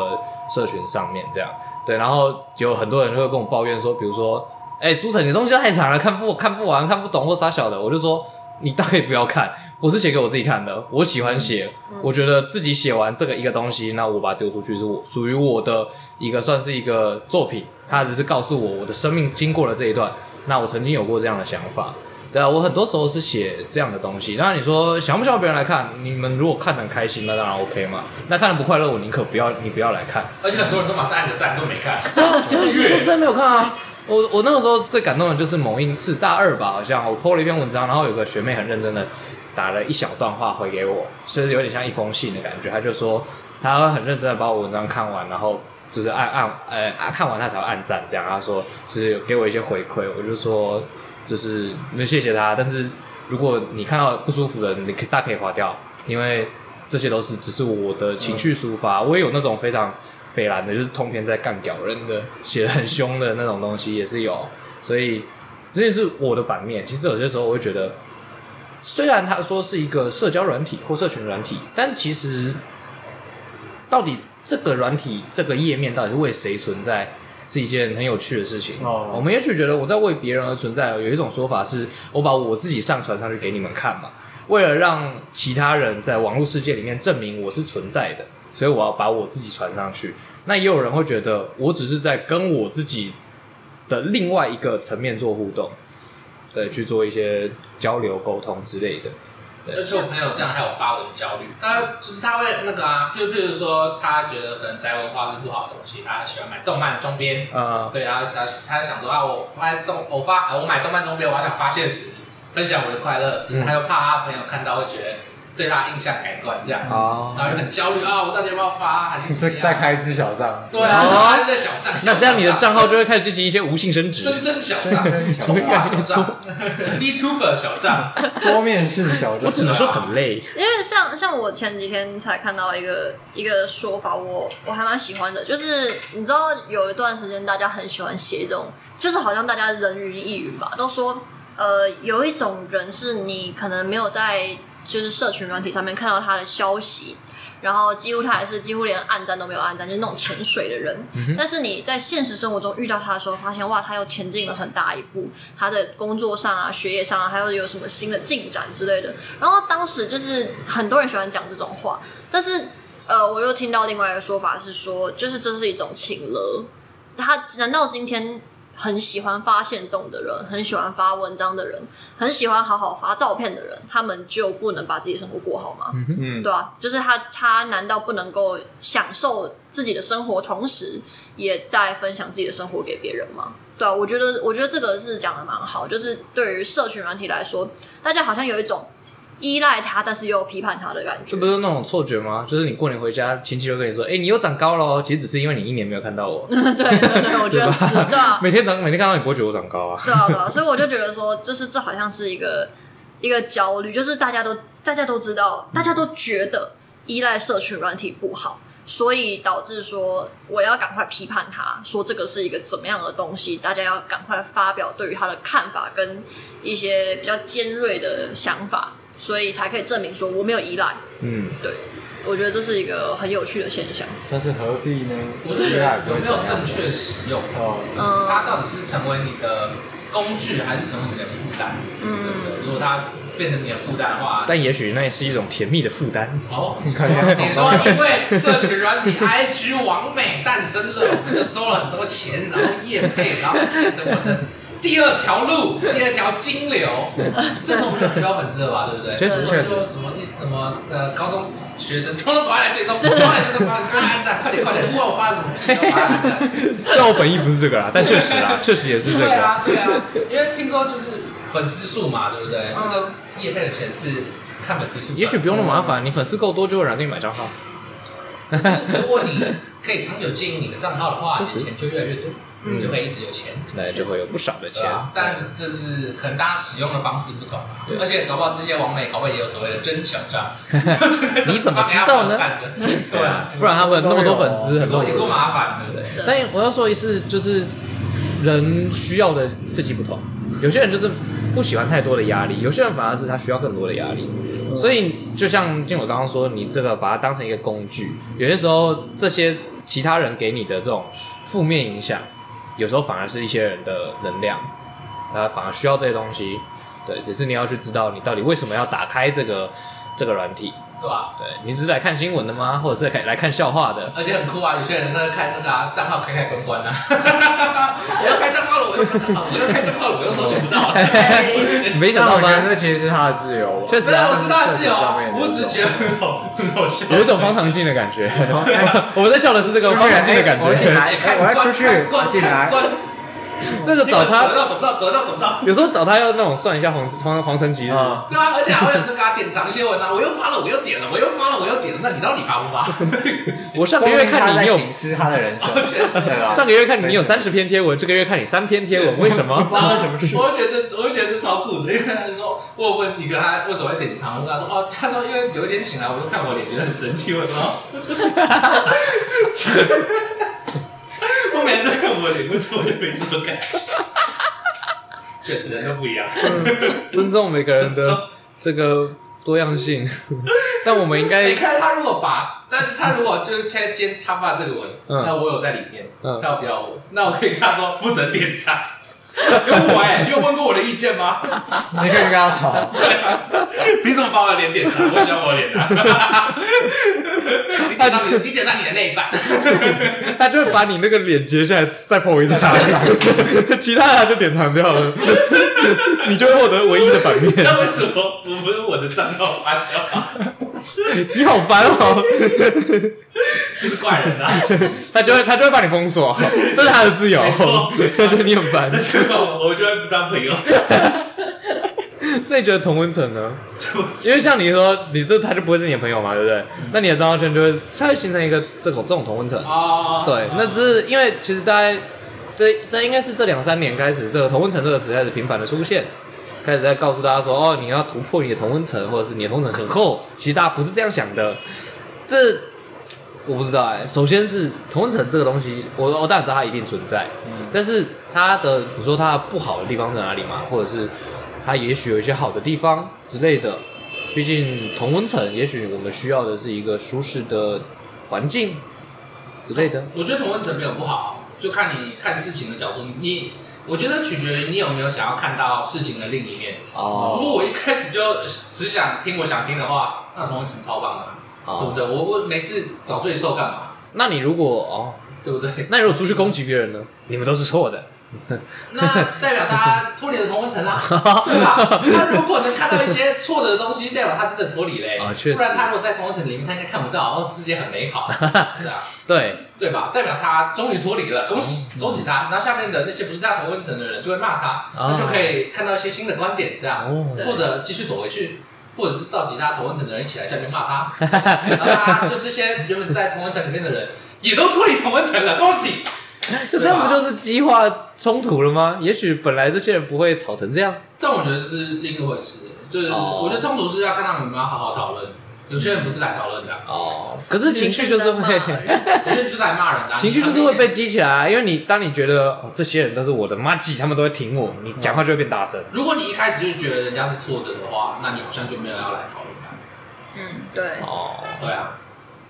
Speaker 3: 社群上面这样。对，然后有很多人就会跟我抱怨说，比如说，哎、苏晨，你东西太长了，看不看不完，看不懂或啥小的，我就说你大可以不要看，我是写给我自己看的，我喜欢写，我觉得自己写完这个一个东西，那我把它丢出去是我属于我的一个算是一个作品，它只是告诉我我的生命经过了这一段，那我曾经有过这样的想法。对啊，我很多时候是写这样的东西。当然，你说想不想要别人来看？你们如果看得很开心，那当然 OK 嘛。那看得不快乐，我宁可不要，你不要来看。
Speaker 1: 而且很多人都马上按个赞，都没 看。
Speaker 3: 就是说真的没有看啊。我我那个时候最感动的就是某一次大二吧，好像我 PO 了一篇文章，然后有个学妹很认真的打了一小段话回给我，甚至有点像一封信的感觉。她就说她会很认真的把我文章看完，然后就是按按呃啊看完她才会按赞这样。她说就是有给我一些回馈，我就说就是那谢谢她，但是如果你看到不舒服的，你可以大可以划掉，因为这些都是只是我的情绪抒发。我也有那种非常北蓝的，就是通篇在干屌人的，写的很凶的那种东西也是有。所以这就是我的版面。其实有些时候我会觉得，虽然他说是一个社交软体或社群软体，但其实到底这个软体这个页面到底是为谁存在，是一件很有趣的事情。
Speaker 2: 哦
Speaker 3: 我们也许觉得我在为别人而存在，有一种说法是我把我自己上传上去给你们看嘛，为了让其他人在网络世界里面证明我是存在的，所以我要把我自己传上去。那也有人会觉得我只是在跟我自己的另外一个层面做互动，对，去做一些交流、沟通之类的。
Speaker 1: 而且我朋友这样还有发文焦虑，他就是他会那个啊，就譬如说他觉得可能宅文化是不好的东西，他喜欢买动漫周边，
Speaker 3: 呃，
Speaker 1: 对，然后他他想说啊，我发动我发我买动漫周边，我还想发现实，分享我的快乐，
Speaker 3: 嗯
Speaker 1: 他又怕他朋友看到会觉得对他印象改观这样子，
Speaker 3: 哦
Speaker 1: 然后就很焦虑啊，我到底要不要发还是
Speaker 2: 再
Speaker 1: 怎样
Speaker 2: 再开一支小账，
Speaker 1: 对啊，
Speaker 3: 哦
Speaker 1: 然后他就在小账，
Speaker 3: 那这样你的账
Speaker 1: 号
Speaker 3: 号就会开始进行一些无性升值。
Speaker 1: 真真小
Speaker 2: 啊
Speaker 1: 账，童话小账，Vtuber 小账，
Speaker 2: 多面式小账，
Speaker 3: 我只能说很累。
Speaker 4: 因为像像我前几天才看到一个一个说法，我我还蛮喜欢的，就是你知道有一段时间大家很喜欢写这种，就是好像大家人云亦云吧，都说呃有一种人是你可能没有在就是社群软体上面看到他的消息。然后几乎他还是几乎连暗赞都没有暗赞，就是那种潜水的人。但是你在现实生活中遇到他的时候，发现哇，他又前进了很大一步，他的工作上啊、学业上啊，还有有什么新的进展之类的。然后当时就是很多人喜欢讲这种话，但是呃，我又听到另外一个说法是说，就是这是一种请了。他难道今天很喜欢发现动的人，很喜欢发文章的人，很喜欢好好发照片的人，他们就不能把自己生活过好吗？
Speaker 2: 嗯
Speaker 4: 对啊，就是他他难道不能够享受自己的生活，同时也在分享自己的生活给别人吗？对啊，我觉得我觉得这个是讲的蛮好，就是对于社群软体来说，大家好像有一种依赖它，但是又批判它的感觉
Speaker 3: 这。不是那种错觉吗？就是你过年回家，亲戚就跟你说：“哎、你又长高了哦。”其实只是因为你一年没有看到 我，
Speaker 4: 对对对，我觉得是，对啊，
Speaker 3: 每天长每天看到你不会觉得我长高啊。
Speaker 4: 对啊对啊，所以我就觉得说，就是这好像是一个一个焦虑，就是大家都大家都知道，大家都觉得依赖社群软体不好，所以导致说我要赶快批判它，说这个是一个怎么样的东西，大家要赶快发表对于它的看法跟一些比较尖锐的想法，所以才可以证明说我没有依赖。
Speaker 3: 嗯，
Speaker 4: 对，我觉得这是一个很有趣的现象。
Speaker 2: 但是何必呢？啊
Speaker 1: 我是觉得有没有
Speaker 2: 这
Speaker 1: 正确使用？
Speaker 2: 哦，
Speaker 4: 嗯
Speaker 1: 它到底是成为你的工具，还是成为你的负担？嗯，如果它变成你的负担的话，
Speaker 3: 但也许那也是一种甜蜜的负担。
Speaker 1: 哦，
Speaker 2: 你看你
Speaker 1: 你说因为社群软体 IG 完美诞生了，我们就收了很多钱，然后业配，然后变成我的第二条路，第二条金流。这时候我们就很需要粉丝了吧，对不对？
Speaker 3: 确
Speaker 4: 实
Speaker 1: 所以
Speaker 3: 确实
Speaker 1: 说什么一什么呃，高中学生通通跑来追踪， 跑来追踪，跑来赶快按赞，快点快点，不管我发了什么屁，都把它按赞。
Speaker 3: 虽然我本意不是这个啦，但确实啦， 确实也是这
Speaker 1: 对
Speaker 3: 个。
Speaker 1: 啊，对啊，因为听说就是粉丝数嘛，对不对？那个业配的钱是看粉丝数，
Speaker 3: 嗯也许不用那么麻烦，你粉丝够多就有人给你买账 号。
Speaker 1: 可是如果你可以长久经营你的账号的话，
Speaker 3: 确
Speaker 1: 你
Speaker 3: 实
Speaker 1: 钱就越来越多，你就可以一直有钱。
Speaker 3: 那就会有不少的
Speaker 1: 对
Speaker 3: 钱。
Speaker 1: 啊，但就是可能大家使用的方式不同啊
Speaker 3: 对，
Speaker 1: 而且搞不好这些网美搞不好也有所谓的真小 账，就是
Speaker 3: 你怎么知道呢
Speaker 1: 帮人家
Speaker 3: 啊
Speaker 1: 麻烦的对啊，
Speaker 3: 不然他们那么多粉丝，很
Speaker 1: 有
Speaker 3: 多
Speaker 1: 也够麻烦的，对不对？
Speaker 3: 但我要说一次，就是人需要的刺激不同，有些人就是不喜欢太多的压力，有些人反而是他需要更多的压力。所以就像静伟刚刚说，你这个把它当成一个工具，有些时候这些其他人给你的这种负面影响，有时候反而是一些人的能量，他反而需要这些东西。对，只是你要去知道你到底为什么要打开这个这个软体。
Speaker 1: 对吧？
Speaker 3: 对你只是来看新闻的吗？或者是来看来看笑话的？
Speaker 1: 而且很酷啊！有些人在那看那个啊账、号开开关关啊， 我要开账号了，我又看不到，我又开账号了，我又搜寻不 到了。
Speaker 3: 你 没想到
Speaker 2: 我觉得
Speaker 3: 吗？
Speaker 2: 这其实是他的自由，
Speaker 3: 确
Speaker 1: 不
Speaker 3: 实
Speaker 1: 是，
Speaker 3: 哎啊，
Speaker 1: 我是他的自由啊
Speaker 2: 社群上面，的
Speaker 1: 我只觉得很好很好笑。
Speaker 3: 有一种方唐镜的感 觉。我们在笑的是这个方唐镜的 感
Speaker 2: 我进
Speaker 1: 哎
Speaker 2: 来，
Speaker 3: 觉。
Speaker 2: 哎我要出去，
Speaker 1: 关
Speaker 2: 进来，
Speaker 1: 关，
Speaker 3: 那就找
Speaker 1: 走
Speaker 3: 他，
Speaker 1: 到走不到，走到走不到。
Speaker 3: 有时候找他要那种算一下黄黄黄成吉日，
Speaker 2: 啊，
Speaker 1: 对啊，而且还会想就给他点长一些文啊，我又发了，我又点了，我又发了，我又点了，那你到底发不发？
Speaker 3: 我上
Speaker 5: 说明
Speaker 3: 个月
Speaker 5: 他
Speaker 3: 看
Speaker 5: 在
Speaker 3: 你有
Speaker 5: 醒思他的人生，对
Speaker 2: 啊
Speaker 5: 吧？
Speaker 3: 上个月看你有
Speaker 5: 所以
Speaker 3: 三十篇贴文，这个月看你三篇贴文，为什 么？
Speaker 5: 发生什么事？
Speaker 1: 我就觉得，我就觉得这超酷的，因为他就说，我有问你跟他为什么会点餐，我跟他说，哦，他说因为有一天醒来，我就看我脸觉得很神奇，我说， 我每天都看我脸，为什么我就没什么感觉？ 确实人都不一样，
Speaker 3: 尊重每个人的这个多样性， 但我们应该
Speaker 1: 你看他如果把，但是他如果就是现在今天他发这个文，
Speaker 3: 嗯
Speaker 1: 那我有在里面，
Speaker 3: 嗯
Speaker 1: 那我不要我，那我可以跟他说不准点 餐。有我哎、你有问过我的意见吗？
Speaker 5: 你可以跟他吵，
Speaker 1: 凭什么把我的脸点上？我喜欢我的脸啊！ 你点到你的，你点到你的那一半，
Speaker 3: 他就会把你那个脸截下来再 po 一次 他，其他的他就典藏掉了， 你就会获得唯一的版面。
Speaker 1: 那为什么不是我的账号发啊就好？
Speaker 3: 你好烦哦，
Speaker 1: 你是怪人啊！
Speaker 3: 他就会他就会把你封锁，这是他的自由，
Speaker 1: 没错
Speaker 3: 他觉得你很烦
Speaker 1: 那。这个我就会不当朋友。
Speaker 3: 那你觉得同温层呢？因为像你说，你这他就不会是你的朋友嘛，对不对？那你的账号圈就会，它会形成一个这种这种同温层。
Speaker 1: 哦，
Speaker 3: 对，那只是因为其实大概这这应该是这两三年开始，这个同温层这个词开始频繁的出现，开始在告诉大家说，哦，你要突破你的同温层，或者是你的同温层很厚，其实大家不是这样想的。这我不知道哎、首先是同温层这个东西，我我当然知道它一定存在，但是它的你说它不好的地方在哪里嘛，或者是它也许有一些好的地方之类的。毕竟同温层，也许我们需要的是一个舒适的环境之类的。
Speaker 1: 我觉得同温层没有不好，就看你看事情的角度。你我觉得取决于你有没有想要看到事情的另一面。如
Speaker 3: 哦，
Speaker 1: 果我一开始就只想听我想听的话，那同温层超棒的啊，对不
Speaker 3: 哦，
Speaker 1: 对？我我没事找罪受干嘛？
Speaker 3: 那你如果哦，
Speaker 1: 对不 对？
Speaker 3: 那你如果出去攻击别人呢？你们都是错 的。
Speaker 1: 那代表他脱离了同温层啦、 是吧？他如果能看到一些错的东西，代表他真的脱离嘞、
Speaker 3: 啊确实
Speaker 1: 不然他如果在同温层里面，他应该看不到，哦，世界很美好， 是啊，
Speaker 3: 对，
Speaker 1: 对吧？代表他终于脱离
Speaker 3: 嗯
Speaker 1: 了，恭喜恭喜他。然后下面的那些不是他同温层的人就会骂他，他
Speaker 3: 啊
Speaker 1: 就可以看到一些新的观点，这样，
Speaker 3: 哦
Speaker 1: 或者继续躲回去。或者是召集他同温层的人一起来下面骂他， 然后他就这些原本在同温层里面的人也都脱离同温层了，恭喜！
Speaker 3: 这样不就是激化冲突了吗？也许本来这些人不会吵成这样。
Speaker 1: 但我觉得是另一回事，就是
Speaker 3: 哦
Speaker 1: 我觉得冲突是要看他们有没有好好讨论。有些人不是来讨论 的啊，
Speaker 3: 哦，可是情绪就是
Speaker 4: 就是在骂
Speaker 3: 会，
Speaker 4: 人
Speaker 1: 有些人就是来骂人的啊。
Speaker 3: 情绪就是会被激起来，因为你当你觉得哦这些人都是我的妈鸡，他们都会挺我，你讲话就会变大声。
Speaker 1: 如果你一开始就觉得人家是错的的话，那你好像就没有要来讨论了。
Speaker 4: 嗯，对，
Speaker 3: 哦，
Speaker 1: 对啊，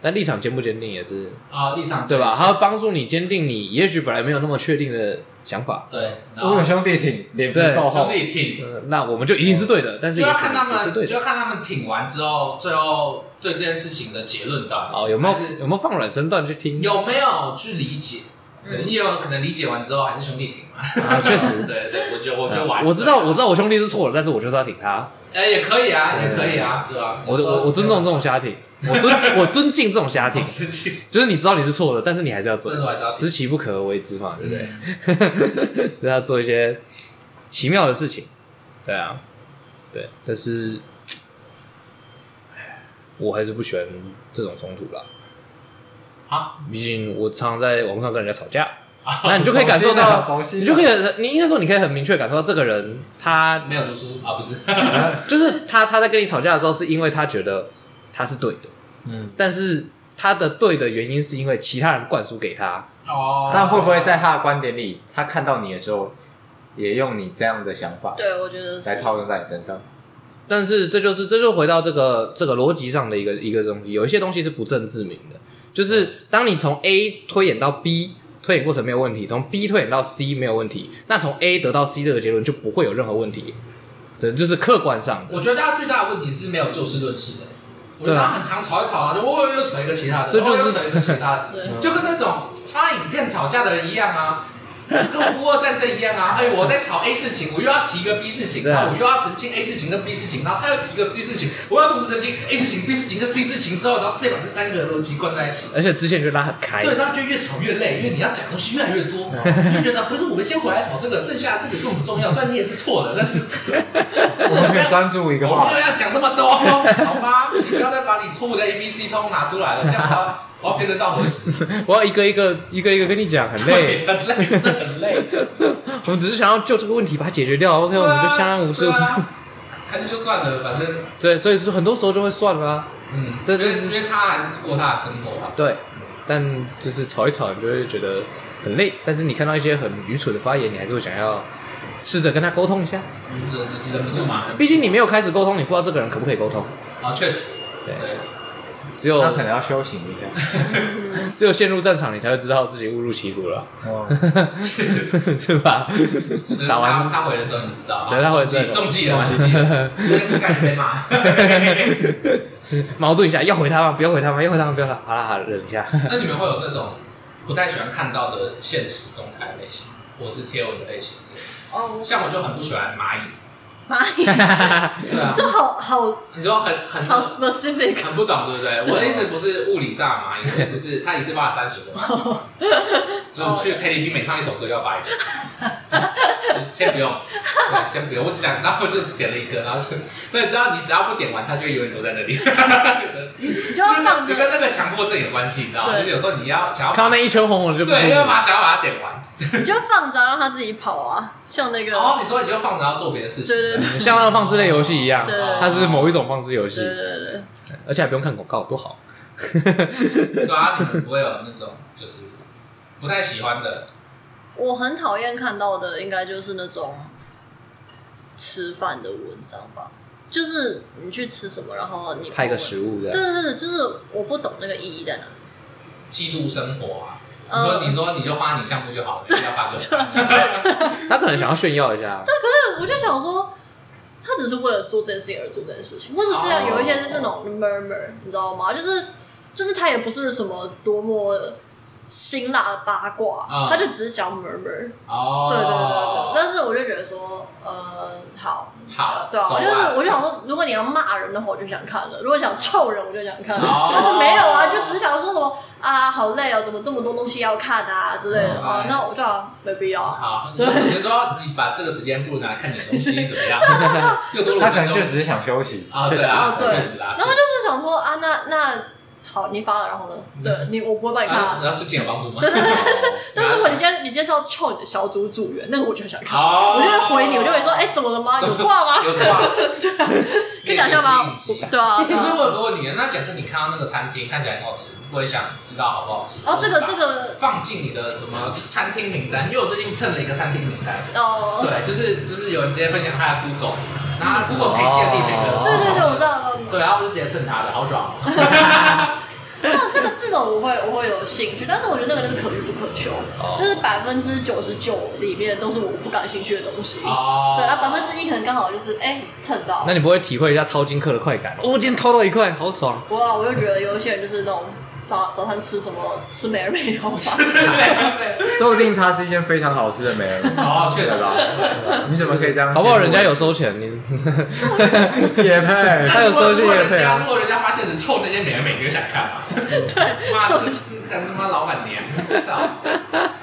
Speaker 3: 但立场坚不坚定也是
Speaker 1: 啊，立场
Speaker 3: 对吧？
Speaker 1: 好，
Speaker 3: 它会帮助你坚定你也许本来没有那么确定的想法。
Speaker 1: 对，然
Speaker 5: 我
Speaker 1: 后
Speaker 5: 有兄弟挺脸皮
Speaker 3: 对
Speaker 5: 够厚
Speaker 1: 兄，弟挺，
Speaker 3: 呃那我们就一定是对的，但是
Speaker 1: 就
Speaker 3: 也
Speaker 1: 要
Speaker 3: 许
Speaker 1: 看他
Speaker 3: 不是
Speaker 1: 们，
Speaker 3: 对
Speaker 1: 就
Speaker 3: 的。
Speaker 1: 要看他们挺完之后，最后对这件事情的结论到底是
Speaker 3: 哦，有没有
Speaker 1: 还是
Speaker 3: 有没有放软声段去听？
Speaker 1: 有没有去理解？对，你有可能理解完之后还是兄弟挺嘛？
Speaker 3: 啊，确实，
Speaker 1: 对对，我觉得我觉得我还是
Speaker 3: 我知道，我知道我兄弟是错的，但是我就是要挺他。
Speaker 1: 哎，也可以啊，也可以啊，对吧？
Speaker 3: 我我我尊重这种瞎挺，我尊 我尊敬这种瞎挺，
Speaker 1: 生气，
Speaker 3: 就是你知道你是错的，但是你还是要做
Speaker 1: 尊，重还是要听，
Speaker 3: 知其不可而为之嘛，对不
Speaker 1: 对
Speaker 3: 对？ 就是要做一些奇妙的事情，对啊，对，但是我还是不喜欢这种冲突啦。
Speaker 1: 好，
Speaker 3: 毕竟我常常在网上跟人家吵 架，
Speaker 1: 啊
Speaker 3: 那你就可以感受
Speaker 5: 走心啊
Speaker 3: 到
Speaker 5: 走，心啊
Speaker 3: 你就可以，你应该说你可以很明确地感受到这个人他
Speaker 1: 没有读书啊，不是，
Speaker 3: 就是他他在跟你吵架的时候，是因为他觉得他是对的，
Speaker 5: 嗯，
Speaker 3: 但是他的对的原因是因为其他人灌输给他，
Speaker 1: 哦
Speaker 5: 但会不会在他的观点里，他看到你的时候，也用你这样的想法
Speaker 4: 对，我觉得是
Speaker 5: 来。套用在你身 上？
Speaker 3: 但是这就是这就回到这个这个逻辑上的一个一个东西，有一些东西是不证自明的，就是当你从
Speaker 1: 嗯
Speaker 3: A 推演到 B。推演过程没有问题，从 B 推演到 C 没有问题，那从 A 得到 C 这个结论就不会有任何问题，对，就是客观上的，
Speaker 1: 我觉得大家最大的问题是没有就事论事的。我觉得
Speaker 3: 对
Speaker 1: 大
Speaker 3: 啊
Speaker 1: 家很常吵一吵，就我又扯一个其他的，
Speaker 3: 这就是
Speaker 1: 哦又扯一个其他的，
Speaker 4: 对
Speaker 1: 就跟那种发影片吵架的人一样啊。跟乌俄战争一样啊！哎，我在吵 A 事情，我又要提一个 B 事情，
Speaker 3: 对啊
Speaker 1: 然后我又要澄清 A 事情跟 B 事情，然后他又提个 C 事情，我要同时澄清 A 事情、B 事情跟 C 事情之后，然后再把这三个逻辑灌在一起。
Speaker 3: 而且之前就拉很开，
Speaker 1: 对，然后就越吵越累，因为你要讲东西越来越多，你就觉得不是我们先回来吵这个，剩下这个就很重要。虽然你也是错的，但是
Speaker 5: 我们可以专注一个
Speaker 1: 我
Speaker 3: 啊
Speaker 5: 话
Speaker 1: 没有
Speaker 5: 题。
Speaker 1: 要讲这么多， 好吗？你不要再把你错误的 A、B、C 通拿出来了，这样的 话我要变得到我死，
Speaker 3: 我要一个一个一个一个跟你讲，很累。
Speaker 1: 对，很累，真的很累。
Speaker 3: 我们只是想要就这个问题把它解决掉，OK，我们就相安无事
Speaker 1: 对。啊还是就算了，反正
Speaker 3: 对，所以说很多时候就会算了啊。
Speaker 1: 嗯，
Speaker 3: 对
Speaker 1: 因为
Speaker 3: 就是
Speaker 1: 因为他还是过他的生活啊。
Speaker 3: 对，但就是吵一吵，你就会觉得很累。但是你看到一些很愚蠢的发言，你还是会想要试着跟他沟通一下。
Speaker 1: 嗯这就是忍不住嘛，
Speaker 3: 毕竟你没有开始沟通，你不知道这个人可不可以沟通。
Speaker 1: 啊，确实，
Speaker 3: 对
Speaker 1: 对，
Speaker 3: 只有
Speaker 5: 那可能要修行一 下。
Speaker 3: 只有陷入战场，你才会知道自己误入歧途了，
Speaker 5: 哦，
Speaker 3: 对吧？
Speaker 1: 就是
Speaker 3: 打完
Speaker 1: 他他回的时候你知道啊，
Speaker 3: 对他回的
Speaker 1: 中
Speaker 3: 时候
Speaker 1: 计中计了，中 计了，不敢被骂。
Speaker 3: 矛盾一下，要回他吗？不要回他吗？要回他吗？不要回他。好了好了，忍一下。
Speaker 1: 那你们会有那种不太喜欢看到的现实动态类型，或是贴文的类型之类的？
Speaker 4: 哦，
Speaker 1: 像我就很不喜欢蚂蚁，
Speaker 4: 蚂蚁，
Speaker 1: 对啊，
Speaker 4: 这好好
Speaker 1: 你说很很
Speaker 4: 好 specific，
Speaker 1: 很不懂，对不 对？我的意思不是物理上的蚂蚁，我的意思是他一次发了三十个蚂 蚁，就是
Speaker 4: 哦
Speaker 1: 去 KTV 每唱一首歌要发一个。就是先不用，对，先不用。我只想，然后我就点了一个，然后就，对，只要你只要不点完，它就会永远留在那里。
Speaker 4: 你就
Speaker 1: 就
Speaker 4: 要
Speaker 1: 是
Speaker 4: 放
Speaker 1: 那个跟那
Speaker 4: 着。
Speaker 1: 个强迫症有关系，你知道吗？
Speaker 4: 对
Speaker 1: 就是有时候你要想要
Speaker 3: 看到那一圈红红的就不舒
Speaker 1: 对，因为
Speaker 3: 服。
Speaker 1: 把想要把它点完。
Speaker 4: 你就放着让它自己跑啊，像那个，
Speaker 1: 然后你说你就放着要做别的事情，
Speaker 4: 对对对
Speaker 3: 像那个放置类游戏一样
Speaker 4: 对，
Speaker 3: 它是某一种放置游
Speaker 4: 对
Speaker 3: 戏，
Speaker 4: 对对，
Speaker 3: 而且还不用看广告，多好。
Speaker 1: 对啊，你们不会有那种就是不太喜欢的，
Speaker 4: 我很讨厌看到的应该就是那种吃饭的文章吧，就是你去吃什么，然后你
Speaker 3: 拍个食物
Speaker 4: 对
Speaker 3: 的，
Speaker 4: 对对，就是我不懂那个意义在哪。
Speaker 1: 记录生活啊。你
Speaker 4: 嗯
Speaker 1: 说你说你就发你项目就 好了，你不要发个。
Speaker 3: 他可能想要炫耀一下。
Speaker 4: 我就想说，他只是为了做这件事情而做这件事情，或者是
Speaker 1: 哦
Speaker 4: 有一些是那种 murmur，你知道吗？就是就是他也不是什么多么辛辣的八卦，
Speaker 1: 啊
Speaker 4: 他就只是想 murmur。
Speaker 1: 哦，
Speaker 4: 对对对对，但是我就觉得说，呃，好。
Speaker 1: 好，
Speaker 4: 对啊，
Speaker 1: 走
Speaker 4: 我就是
Speaker 1: 吧
Speaker 4: 我就想说，如果你要骂人的话，我就想看了；如果想臭人，我就想看了。
Speaker 1: 哦
Speaker 4: 但是没有啊，就只是想说什么啊，好累哦，怎么这么多东西要看啊之类的
Speaker 1: 嗯
Speaker 4: 啊
Speaker 1: 哎，
Speaker 4: 那我就想没必要啊。
Speaker 1: 好，你就说你把这个时间不如拿来看你的东西怎么样？ 又多了
Speaker 5: 他
Speaker 1: 五
Speaker 5: 可
Speaker 1: 分
Speaker 5: 能
Speaker 1: 钟
Speaker 5: 就只是想休息。
Speaker 1: 啊，对啊
Speaker 4: 哦，对
Speaker 1: 确实啊，
Speaker 4: 然后就是想说啊，那那好，你发了，然后呢？对你，我不会帮你看
Speaker 1: 啊
Speaker 4: 啊。
Speaker 1: 然后事情有帮助吗？
Speaker 4: 对对对但是如果你
Speaker 1: 我
Speaker 4: 今天你今天是要臭你的小组组员，那个我就很想看，
Speaker 1: 好，
Speaker 4: 我就会回你，我就会说，哎，怎么了吗？有挂 吗？
Speaker 1: 有挂，
Speaker 4: 可以想象
Speaker 1: 你也
Speaker 4: 吗
Speaker 1: 可以吸引？机
Speaker 4: 对啊。
Speaker 1: 可
Speaker 4: 对
Speaker 1: 是
Speaker 4: 啊
Speaker 1: 我有个问题，那假设你看到那个餐厅看起来很好吃，你不会想知道好不好吃？
Speaker 4: 哦，这
Speaker 1: 对
Speaker 4: 个
Speaker 1: 吧
Speaker 4: 这个
Speaker 1: 放进你的什么餐厅名单？因为我最近蹭了一个餐厅名单，
Speaker 4: 哦，
Speaker 1: 对，就是就是有人直接分享他的 Google，然后 Google 可以建立每个，
Speaker 3: 哦
Speaker 4: 对对对，我知道。我知道
Speaker 1: 对，然后我就直接蹭他的，好 爽哦。
Speaker 4: 那这个这种我会我会有兴趣，但是我觉得那个那个可遇不可求，
Speaker 1: 哦
Speaker 4: 就是百分之九十九里面都是我不感兴趣的东西。
Speaker 1: 哦，
Speaker 4: 对啊，百分之一可能刚好就是哎蹭到
Speaker 3: 那。你不会体会一下掏金客的快感？哦，今天掏到一块，好爽！
Speaker 4: 哇，我就觉得有一些人就是那种早早餐吃什么吃美而美有啊吧，
Speaker 5: 说不定它是一件非常好吃的美人鱼，
Speaker 1: 哦，确
Speaker 5: 对
Speaker 1: 实，
Speaker 5: 吧？你怎么可以这样？
Speaker 3: 搞不好人家有收钱，你
Speaker 5: 也配？
Speaker 3: 他有收
Speaker 1: 如
Speaker 3: 去
Speaker 1: 果
Speaker 3: 也
Speaker 1: 人
Speaker 3: 配
Speaker 1: 家如
Speaker 3: 啊。
Speaker 1: 果人家发现人臭那些美人美，你就想看嘛？对，妈的，这干他妈老板娘，操！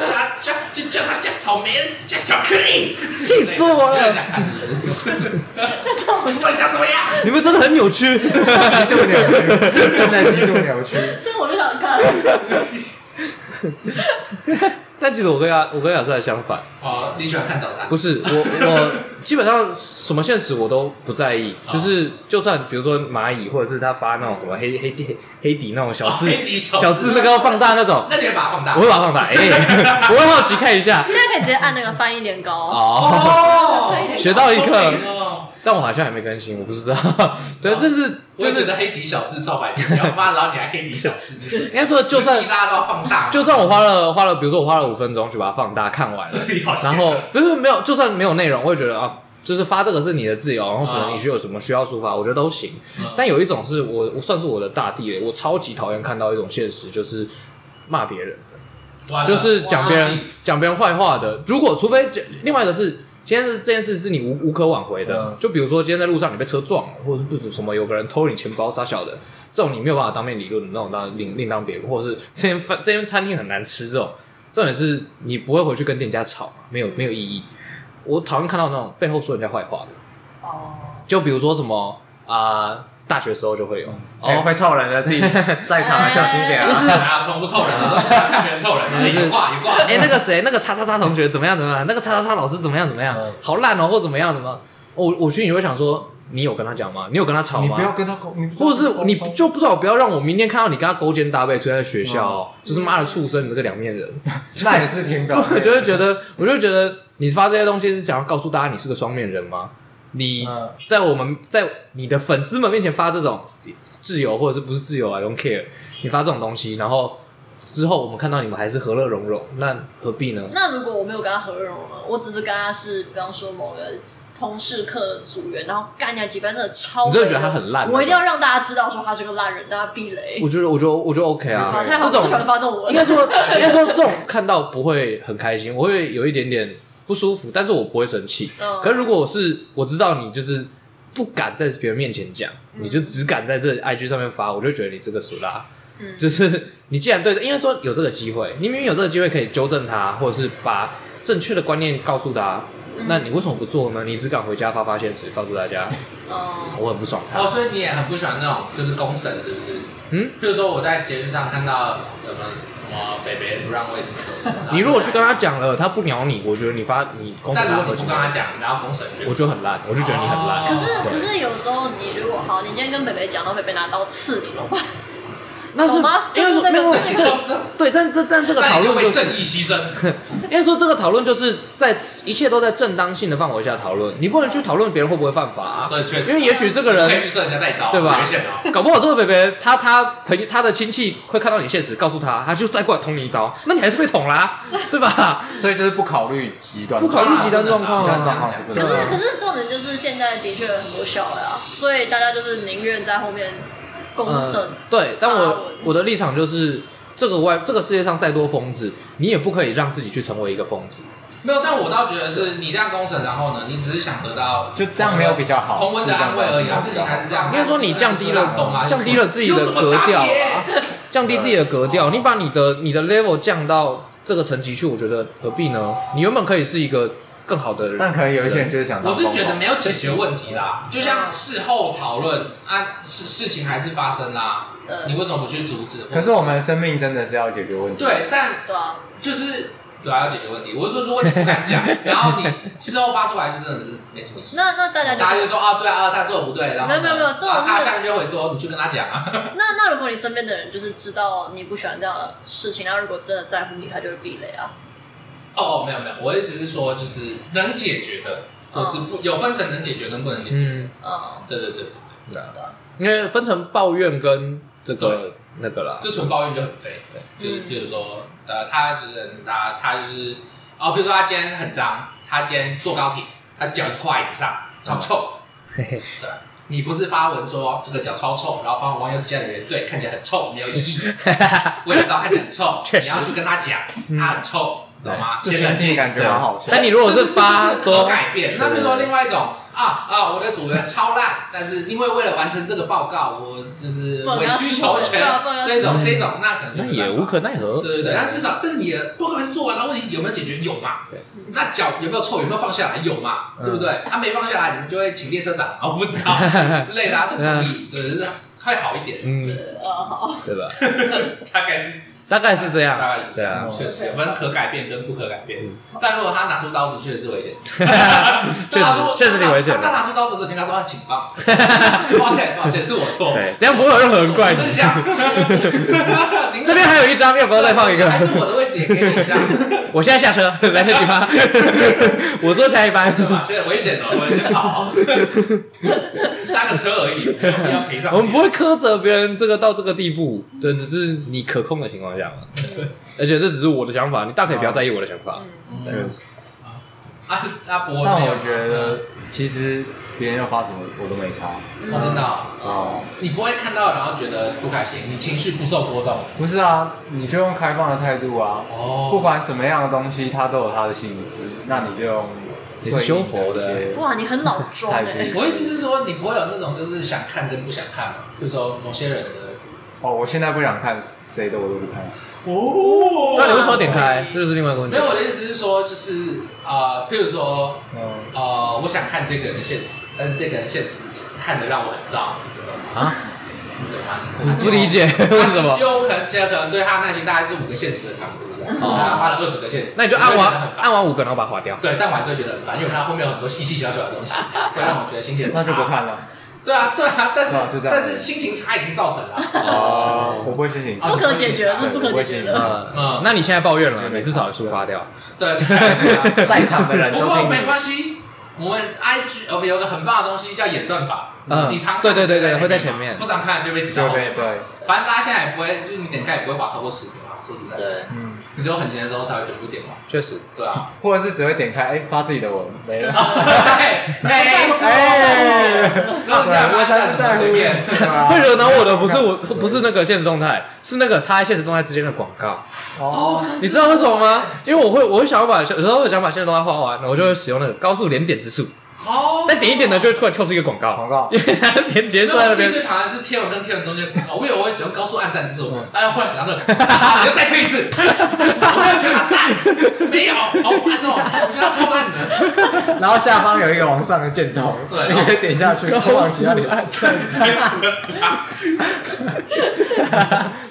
Speaker 1: 加加就叫他加草莓，加巧克力，
Speaker 3: 气死我了
Speaker 1: 就想看是不是？ 不管想怎么样，
Speaker 3: 你们真的很扭曲，
Speaker 5: 极度扭曲，真的极度扭曲。
Speaker 4: 这个我就想看。
Speaker 3: 但其实我跟亚我跟亚瑟还相反，
Speaker 1: 哦，你喜欢看早餐？
Speaker 3: 不是我我基本上什么现实我都不在意， 就是就算比如说蚂蚁或者是他发那种什么黑黑底黑底那种小字
Speaker 1: 哦黑底小字
Speaker 3: 小字那个要放大那种，
Speaker 1: 那你会把它放大？
Speaker 3: 我会把它放大，哎， 我会好奇看一下。
Speaker 4: 现在可以直接按那个翻译年糕，
Speaker 3: 哦，
Speaker 1: 哦，
Speaker 4: 翻译
Speaker 3: 学
Speaker 4: 年糕。
Speaker 3: 到一课，
Speaker 1: 哦
Speaker 3: 但我好像还没更新，我不知 道。对，就是
Speaker 1: 我
Speaker 3: 就
Speaker 1: 也觉
Speaker 3: 是
Speaker 1: 得黑底小字超白痴， 你要发，然后你还黑底小字，
Speaker 3: 应该说，就算
Speaker 1: 一大家都要放大，
Speaker 3: 就算我花了花了，比如说我花了五分钟去把它放大看完了，
Speaker 1: 你好闲
Speaker 3: 然后不是没有，就算没有内容，我也觉得啊，就是发这个是你的自由，然后可能你需要有什么需要抒发，我觉得都行。
Speaker 1: 嗯
Speaker 3: 但有一种是我我算是我的大地雷，我超级讨厌看到一种现实，就是骂别人的。
Speaker 1: 完了
Speaker 3: 就是讲别
Speaker 1: 哇
Speaker 3: 人讲别人坏话的。如果除非另外一个是，今天是这件事是你无无可挽回的，
Speaker 5: 嗯
Speaker 3: 就比如说今天在路上你被车撞了，或者是不是什么有个人偷你钱包啥小的，这种你没有办法当面理论的那种，当然另另当别论。或者是这间 饭这间餐厅很难吃这种，重点是你不会回去跟店家吵嘛，没有没有意义。我讨厌看到那种背后说人家坏话的，
Speaker 4: 哦，
Speaker 3: 就比如说什么啊、大学时候就会有，
Speaker 5: 哎，
Speaker 2: 嗯
Speaker 3: 哦
Speaker 5: 快凑人了，自己在场的小心点
Speaker 3: 哎就
Speaker 5: 啊！
Speaker 3: 是
Speaker 1: 啊，从不凑人 的，看别人凑人的，
Speaker 3: 就是
Speaker 1: 有挂有挂。
Speaker 3: 哎、那个谁，那个叉叉叉同学怎么样怎么样，那个叉叉叉老师怎么样怎么样，
Speaker 5: 嗯
Speaker 3: 好烂哦，或怎么样怎么样，我我去你会想说，你有跟他讲吗？你有跟他吵
Speaker 5: 你
Speaker 3: 吗
Speaker 5: 不？要跟他沟，你不哦
Speaker 3: 或者是你
Speaker 5: 沟通
Speaker 3: 就不知道，不要让我明天看到你跟他勾肩搭背出现在学校哦、就是妈的畜生，你这个两面人。
Speaker 5: 嗯 那也是
Speaker 2: 啊
Speaker 5: 挺搞
Speaker 3: 就
Speaker 5: 笑
Speaker 3: 我
Speaker 5: 的，
Speaker 3: 就会觉得，我就觉得你发这些东西是想要告诉大家你是个双面人吗？你
Speaker 5: 嗯
Speaker 3: 在我们在你的粉丝们面前发这种自由或者是不是自由，I don't care，你发这种东西，然后之后我们看到你们还是和乐融融，那何必呢？
Speaker 4: 那如果我没有跟他合融了，我只是跟他是，比方说某个同事课组员，然后干掉几班真的超，
Speaker 3: 你真的觉得他很烂啊
Speaker 4: 我一定要让大家知道说他是个烂人，大家避雷。
Speaker 3: 我觉得，我觉得，我觉得 OK 啊
Speaker 4: 好，太，好
Speaker 3: 这
Speaker 4: 了，不喜
Speaker 3: 种
Speaker 4: 欢发这种文。
Speaker 3: 应该说，应该说这种看到不会很开心，我会有一点点不舒服，但是我不会生气。
Speaker 4: 嗯
Speaker 3: 可是如果我是我知道你就是不敢在别人面前讲，你就只敢在这 IG 上面发，我就觉得你是个俗拉。
Speaker 4: 嗯
Speaker 3: 就是你既然对，因为说有这个机会，你明明有这个机会可以纠正他，或者是把正确的观念告诉他，那你为什么不做呢？你只敢回家发发现实，告诉大家
Speaker 4: 嗯，
Speaker 3: 我很不爽 他。
Speaker 1: 哦，所以你也很不喜欢那种就是公审，是不是？
Speaker 3: 嗯，
Speaker 1: 譬如说我在节目上看到什么什么北北不让位什么的，
Speaker 3: 你如果去跟他，讲了，他不鸟你，我觉得你发你公司
Speaker 1: 但如
Speaker 3: 发
Speaker 1: 果你
Speaker 3: 合
Speaker 1: 不
Speaker 3: 情
Speaker 1: 跟
Speaker 3: 合
Speaker 1: 他讲，然后公审，
Speaker 3: 我就很烂，我就觉得你很烂。
Speaker 1: 哦
Speaker 4: 可是
Speaker 3: 对
Speaker 4: 可是有时候你如果好，你今天跟北北讲，然后北北拿刀刺你怎么办？
Speaker 3: 那是
Speaker 4: 懂吗
Speaker 3: 应该
Speaker 4: 就是
Speaker 3: 说
Speaker 4: 那个
Speaker 3: 没有
Speaker 4: 那
Speaker 3: 这个对，但这但这个
Speaker 1: 那
Speaker 3: 讨
Speaker 1: 你就
Speaker 3: 论
Speaker 1: 为
Speaker 3: 就是
Speaker 1: 正义牺牲。
Speaker 3: 应该说这个讨论就是在一切都在正当性的范围下讨论，你不能去讨论别人会不会犯法啊、
Speaker 1: 对，确实，
Speaker 3: 因为也许这个
Speaker 1: 可以
Speaker 3: 人
Speaker 1: 预设人家带刀，
Speaker 3: 对吧
Speaker 1: 危险哦。
Speaker 3: 搞不好这个北北他他朋友他的亲戚会看到你现实，告诉他，他就再过来捅你一刀，那你还是被捅啦、对吧？
Speaker 5: 所以就是不考虑极端，
Speaker 3: 不考虑极端状况
Speaker 5: 极端状
Speaker 3: 啊
Speaker 5: 况是。不
Speaker 4: 可
Speaker 5: 能
Speaker 4: 是
Speaker 5: 的。
Speaker 4: 可是重点就是现在的确很多小了啊，所以大家就是宁愿在后面 公审。
Speaker 3: 嗯，对，但
Speaker 4: 发文
Speaker 3: 我我的立场就是，这个外这个世界上再多疯子，你也不可以让自己去成为一个疯子。
Speaker 1: 没有，但我倒觉得是你这样公审，然后呢，你只是想得到
Speaker 5: 就这样没有比较好
Speaker 1: 同温的
Speaker 5: 是这样
Speaker 1: 安慰而已啊，
Speaker 5: 是这
Speaker 1: 事情
Speaker 5: 样
Speaker 1: 还是这样。
Speaker 3: 应该说你降低了
Speaker 1: 懂啊吗？
Speaker 3: 降低了自己的格调啊，降低自己的格调，你把你的你的 level 降到这个层级去，我觉得何必呢？你原本可以是一个更好的人，
Speaker 5: 但可能有一些人就是想当
Speaker 1: 我是
Speaker 5: 疯
Speaker 1: 觉得
Speaker 5: 狂
Speaker 1: 没有解决问题啦，就像事后讨论啊，事事情还是发生啦，
Speaker 4: 呃
Speaker 1: 你，为什么不去阻止？
Speaker 5: 可是我们的生命真的是要解决问题。
Speaker 1: 对，但
Speaker 4: 对啊，
Speaker 1: 就是对啊，要解决问题。我是说，如果你不敢 讲，然后你事后发出来，就真的是没什么意义。
Speaker 4: 那那大家就
Speaker 1: 大家就说啊，对啊，啊他做的不对，然后呢
Speaker 4: 没有没有没有这种
Speaker 1: 啊他
Speaker 4: 是
Speaker 1: 下面就会说，你去跟他讲啊。
Speaker 4: 那那如果你身边的人就是知道你不喜欢这样的事情，那如果真的在乎你，他就会避雷啊。
Speaker 1: 哦，没有没有，我的意思是说，就是能解决的，或是不有分层能解决跟不能解决。
Speaker 3: 嗯，
Speaker 4: 哦嗯，
Speaker 1: 对对对对对，
Speaker 3: 对啊因为分成抱怨跟这个那个啦，
Speaker 1: 就纯抱怨就很废。对，
Speaker 3: 嗯
Speaker 1: 就是比如说，呃，他就是他他就是，哦，比如说他今天很脏，他今天坐高铁，他脚是跨椅子上，超臭。
Speaker 3: 嗯嘿嘿
Speaker 1: 对，你不是发文说这个脚超臭，然后帮网友底下留言，对，看起来很臭，没有意 义。我也知道看起来很臭，
Speaker 3: 确实
Speaker 1: 你要去跟他讲，他很臭，懂吗？
Speaker 5: 这
Speaker 1: 先冷
Speaker 5: 心
Speaker 1: 静啊
Speaker 5: 境感觉蛮。好 笑。
Speaker 3: 但你如果
Speaker 1: 这
Speaker 3: 是
Speaker 1: 是
Speaker 3: 发
Speaker 1: 这是可
Speaker 3: 说，
Speaker 1: 改变，那比如说另外一种啊啊，我的主人超烂，但是因为为了完成这个报告，我就是
Speaker 4: 不能
Speaker 1: 委
Speaker 4: 让他
Speaker 1: 曲求
Speaker 4: 死
Speaker 1: 全
Speaker 4: 对啊不能，让他
Speaker 1: 这种这种那可能就
Speaker 3: 那
Speaker 1: 没办
Speaker 3: 也
Speaker 1: 法
Speaker 3: 无可奈何。
Speaker 1: 对对对，但至少，但是你的报告还是做完了，问题有没有解决？有嘛？那脚有没有臭？有没有放下来？有嘛？对不
Speaker 3: 嗯
Speaker 1: 对？他没放下来，你们就会请列车长，哦，不知 道之类的啊，就注意，就是会好一点，
Speaker 3: 嗯，
Speaker 4: 呃，好，
Speaker 3: 对吧？
Speaker 1: 大概是
Speaker 3: 大概是这
Speaker 1: 大
Speaker 3: 样。
Speaker 1: 概是
Speaker 3: 对啊，
Speaker 1: 确实，我们可改变跟不可改变，
Speaker 3: 嗯
Speaker 1: 但如果他拿出刀子，确实是危 险，
Speaker 3: 确实确实挺危险
Speaker 1: 他
Speaker 3: 的。
Speaker 1: 拿出刀子，只跟他说啊请放， 抱歉抱歉，是我错，
Speaker 3: 对，这样不会有任何人怪
Speaker 1: 我
Speaker 3: 你。
Speaker 1: 真香。
Speaker 3: 这边还有一张，要不要再放一个？
Speaker 1: 还是我的位置也给你这样，
Speaker 3: 我现在下车，来得及 吗？我坐下一班。
Speaker 1: 对吧？现在危险了，哦我先跑，搭个车而已，没有必要赔上。
Speaker 3: 我们不会苛责别人这个到这个地步，对，只是你可控的情嗯况下嘛。而且这只是我的想法，你大可以不要在意我的想法。
Speaker 1: 嗯
Speaker 3: 对
Speaker 1: 啊啊，博文
Speaker 2: 但
Speaker 1: 没有
Speaker 2: 我觉得其实别人要发什么我都没差。
Speaker 1: 我真的哦、
Speaker 2: 哦，
Speaker 1: 你不会看到然后觉得不开心，你情绪不受波动。
Speaker 2: 不是啊，你就用开放的态度啊。
Speaker 1: 哦
Speaker 2: 不管什么样的东西，它都有它的性质，那你就用
Speaker 3: 你是修佛的
Speaker 2: 对应一些
Speaker 4: 哇，你很老庄哎、
Speaker 2: 太低
Speaker 1: 我意思是说，你不会有那种就是想看跟不想看嘛，就说某些人的。
Speaker 2: 哦，我现在不想看谁的我都不看。
Speaker 1: 哦
Speaker 3: 那你为什么要点开？这就是另外一个问题
Speaker 1: 没有，。我的意思是说，就是呃，譬如说，
Speaker 2: 嗯，
Speaker 1: 呃，我想看这个人的现实，但是这个人现实看的让我很糟，
Speaker 3: 啊，
Speaker 1: 对
Speaker 3: 我
Speaker 1: 吗？
Speaker 3: 不 理解为什么
Speaker 1: 因。为我可能觉得可能对他的耐心大概是五个现实的长度这样，他发了二十个现实，
Speaker 3: 哦那你就按
Speaker 1: 我会
Speaker 3: 完
Speaker 1: 觉得很烦
Speaker 3: 按完五个，然后把它划掉。
Speaker 1: 对，但我还是会觉得很烦，因为我看到后面有很多细细小小的东西，会让我觉得心情很差。
Speaker 2: 那就不。 看了。
Speaker 1: 对啊，对啊，但是、
Speaker 2: 是啊就这样
Speaker 1: 但是心情差已经造成了。
Speaker 2: 哦，我不会心
Speaker 1: 啊
Speaker 2: 情差。
Speaker 4: 不可解决，是不可解决的。
Speaker 3: 呃
Speaker 1: 嗯，
Speaker 3: 那你现在抱怨了，你至少也抒发掉。
Speaker 1: 对，对啊
Speaker 5: 在场的人
Speaker 1: 不
Speaker 5: 都
Speaker 1: 过
Speaker 5: 听
Speaker 1: 没
Speaker 5: 你。
Speaker 1: 关系，我们 IG 呃有个很棒的东西叫演算法，
Speaker 3: 嗯
Speaker 1: 你常
Speaker 3: 对对对对
Speaker 1: 看
Speaker 3: 会在前
Speaker 1: 嘛
Speaker 3: 面
Speaker 1: 不常看就被挤到
Speaker 2: 就
Speaker 1: 后
Speaker 2: 被
Speaker 1: 面。
Speaker 2: 对，
Speaker 1: 反正大家现在也不会，就是你点开也不会划超过十个嘛，说实在，
Speaker 4: 对，
Speaker 2: 嗯，
Speaker 1: 你只有很闲的时候才会全部点完。
Speaker 3: 确实，
Speaker 1: 对啊，
Speaker 2: 或者是只会点开，哎，发自己的文 没了。
Speaker 1: 没错，
Speaker 2: 哎，
Speaker 1: 然后你干嘛
Speaker 2: 我才不在乎
Speaker 1: 随 便。
Speaker 3: 会
Speaker 2: 会
Speaker 3: 惹恼我的不是我， 不是那个现实动态，是那个插在现实动态之间的广 告。
Speaker 2: 哦，
Speaker 3: 你知道为什么吗？因为我会，我会想要把有时候我想把现实动态画完，我就会使用那个高速连点之术。
Speaker 1: 哦，
Speaker 3: 但点一点呢，就会突然跳出一个广告，
Speaker 2: 广 告
Speaker 3: 因为它连接
Speaker 1: 没
Speaker 3: 是
Speaker 1: 有
Speaker 3: 在那
Speaker 1: 我自己
Speaker 3: 边
Speaker 1: 最。讨厌是贴文跟贴文中间广告，我以为我会使用高速按赞之 术，哎，后来想到，啊你就再推一次，我觉得它赞，没有，好烦哦，我觉得它超烂的。
Speaker 2: 然后下方有一个往上的箭头，
Speaker 1: 对
Speaker 2: 你可以点下去，通往其他里面。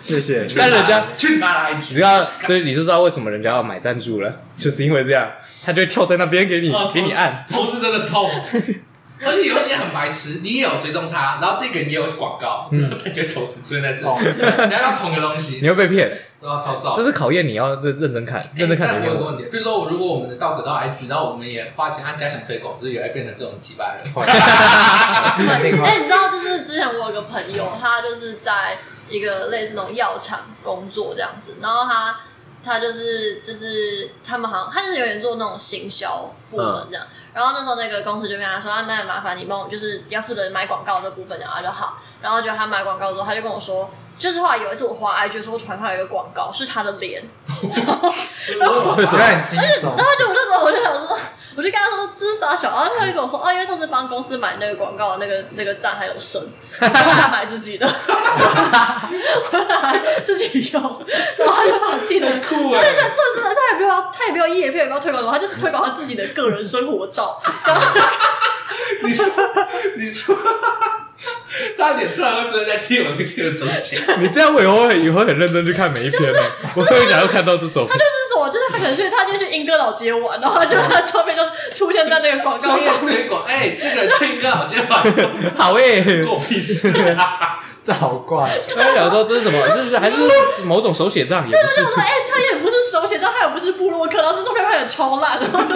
Speaker 2: 谢谢。
Speaker 3: 但人家
Speaker 1: 去他的 IG，
Speaker 3: 你知道，所以你就知道为什么人家要买赞助了，就是因为这样，他就会跳在那边给你
Speaker 1: 哦
Speaker 3: 给你按。
Speaker 1: 头是真的痛。而且有一些很白痴，你也有追踪他，然后这个人也有广告，他觉得头是出现在这
Speaker 2: 哦
Speaker 1: 里，你要用同一个东
Speaker 3: 嗯你
Speaker 1: 西，
Speaker 3: 会被骗，
Speaker 1: 都要超照
Speaker 3: 这。是考验你要认认真看，认真看
Speaker 1: 但我
Speaker 3: 才
Speaker 1: 哎有
Speaker 3: 用
Speaker 1: 个问题，比如说我如果我们的道可到 IG，然后我们也花钱按加强推广，是不是也会变成这种鸡巴人？
Speaker 4: 哎、你知道，就是之前我有个朋友，他就是在一个类似那种药厂工作这样子，然后他他就是就是他们好像他就是有点做那种行销部门这样，然后那时候那个公司就跟他说，啊，那麻烦你帮我就是要负责买广告这部分，然后他就好，然后就他买广告之后，他就跟我说。就是后来有一次我滑 IG 的时候，我突然看到一个广告，是他的脸，
Speaker 2: 为什么很惊悚
Speaker 4: 然？后就我那时候我就想说， 我就跟他说这是啥小，然后他就跟我说，哦，因为上次帮公司买那个广告，那个那个赞还有剩，我他买自己的， 我拿来自己用，然后他就把自己的酷哎，但是这是他也不要他也不要叶片，也不要推广什么，他就是推广他自己的个人生活照，然后
Speaker 1: 你说，你说，他脸突然会出现在贴文跟贴文中 间，
Speaker 3: 你这样我以后会以后很认真去看每一 篇呢、我会想要看到这种。
Speaker 4: 他就是什么，就是他可能去他就去英歌老街玩，然后他就他照片就出现在那个广告
Speaker 1: 高
Speaker 4: 上
Speaker 1: 速
Speaker 4: 面，
Speaker 1: 推广，哎，这个人去哥 好肩膀，关
Speaker 3: 好诶、欸，
Speaker 1: 我屁 事。
Speaker 2: 这好怪。
Speaker 3: 他就想说这是什么？就是还是某种手写账，也不
Speaker 4: 我说
Speaker 3: 是。
Speaker 4: 哎、他也不是手写照，他也不是部落客，然后这照片拍的超烂，然后就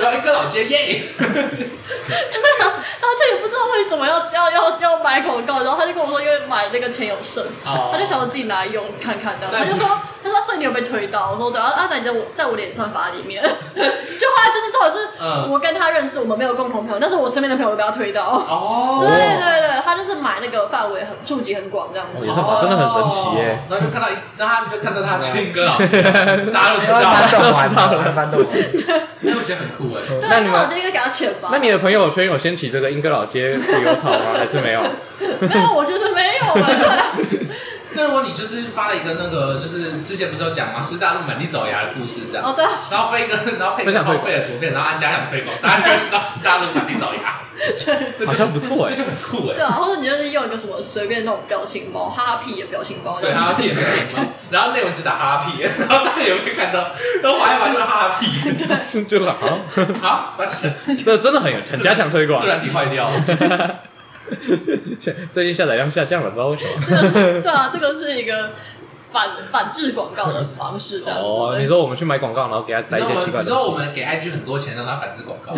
Speaker 1: 然后一个老街耶，
Speaker 4: 对啊，然后就也不知道为什么要要要要买广告，然后他就跟我说，因为买那个钱有剩，
Speaker 1: 哦
Speaker 4: 他就想着自己拿来用看看这样，
Speaker 1: 但
Speaker 4: 他就说他说啊所以你有被推到，我说对啊，啊那你在我在我脸算法里面，就 后来就是正好是、
Speaker 1: 嗯
Speaker 4: 我跟他认识，我们没有共同朋友，但是我身边的朋友都被他推到，
Speaker 1: 哦
Speaker 4: 对对对，他就是买那个范围很触及很广这样子，
Speaker 1: 哦
Speaker 3: 演算法真的很神奇耶、
Speaker 1: 然后就看到一，然后他就看到 他去哥老街，大家都知
Speaker 2: 搬
Speaker 1: 道。
Speaker 2: 搬动完，搬动完。
Speaker 1: 哎，我觉得很酷哎。
Speaker 4: 对
Speaker 3: 那
Speaker 4: 啊，
Speaker 3: 你们
Speaker 4: 那我就应该给他钱吧，
Speaker 3: 那你的朋友圈有掀起这个英歌老街旅游潮吗？还 是没有？
Speaker 4: 没有，我觉得没有吧，对啊
Speaker 1: 那如果你就是发了一个那个，就是之前不是有讲吗？师大路满地找牙的故事这样
Speaker 4: 哦，，对啊，
Speaker 1: 然后配一个，然后配一
Speaker 3: 分
Speaker 1: 个
Speaker 3: 享推
Speaker 1: 超
Speaker 3: 广
Speaker 1: 费的图片，然后按家长推广，大家就会知道师大路满地找牙，
Speaker 3: 好像不错 哎、
Speaker 1: 那就很酷哎
Speaker 4: 对。啊，或者你就是用一个什么随便那种表情包，哈哈屁的表情包这
Speaker 1: 对，
Speaker 4: 样
Speaker 1: 哈
Speaker 4: 子，
Speaker 1: 哈屁也没有什么，然后内文只打哈哈屁，然后大家有没有看到？然后滑一滑就是哈哈 屁，
Speaker 3: 就好像，
Speaker 1: 好，三十，
Speaker 3: 这真的很有很加强推广
Speaker 1: 自。然体坏掉了。
Speaker 3: 最近下载量下降了，不知道为什么。
Speaker 4: 对啊，这个是一个反反制广告的方式，这样子。
Speaker 3: 哦，
Speaker 4: 对
Speaker 3: 你说我们去买广告，然后给他塞一些奇怪
Speaker 1: 你
Speaker 3: 的
Speaker 1: 知道我
Speaker 3: 东西，
Speaker 1: 们给 IG 很多钱让他反制广告，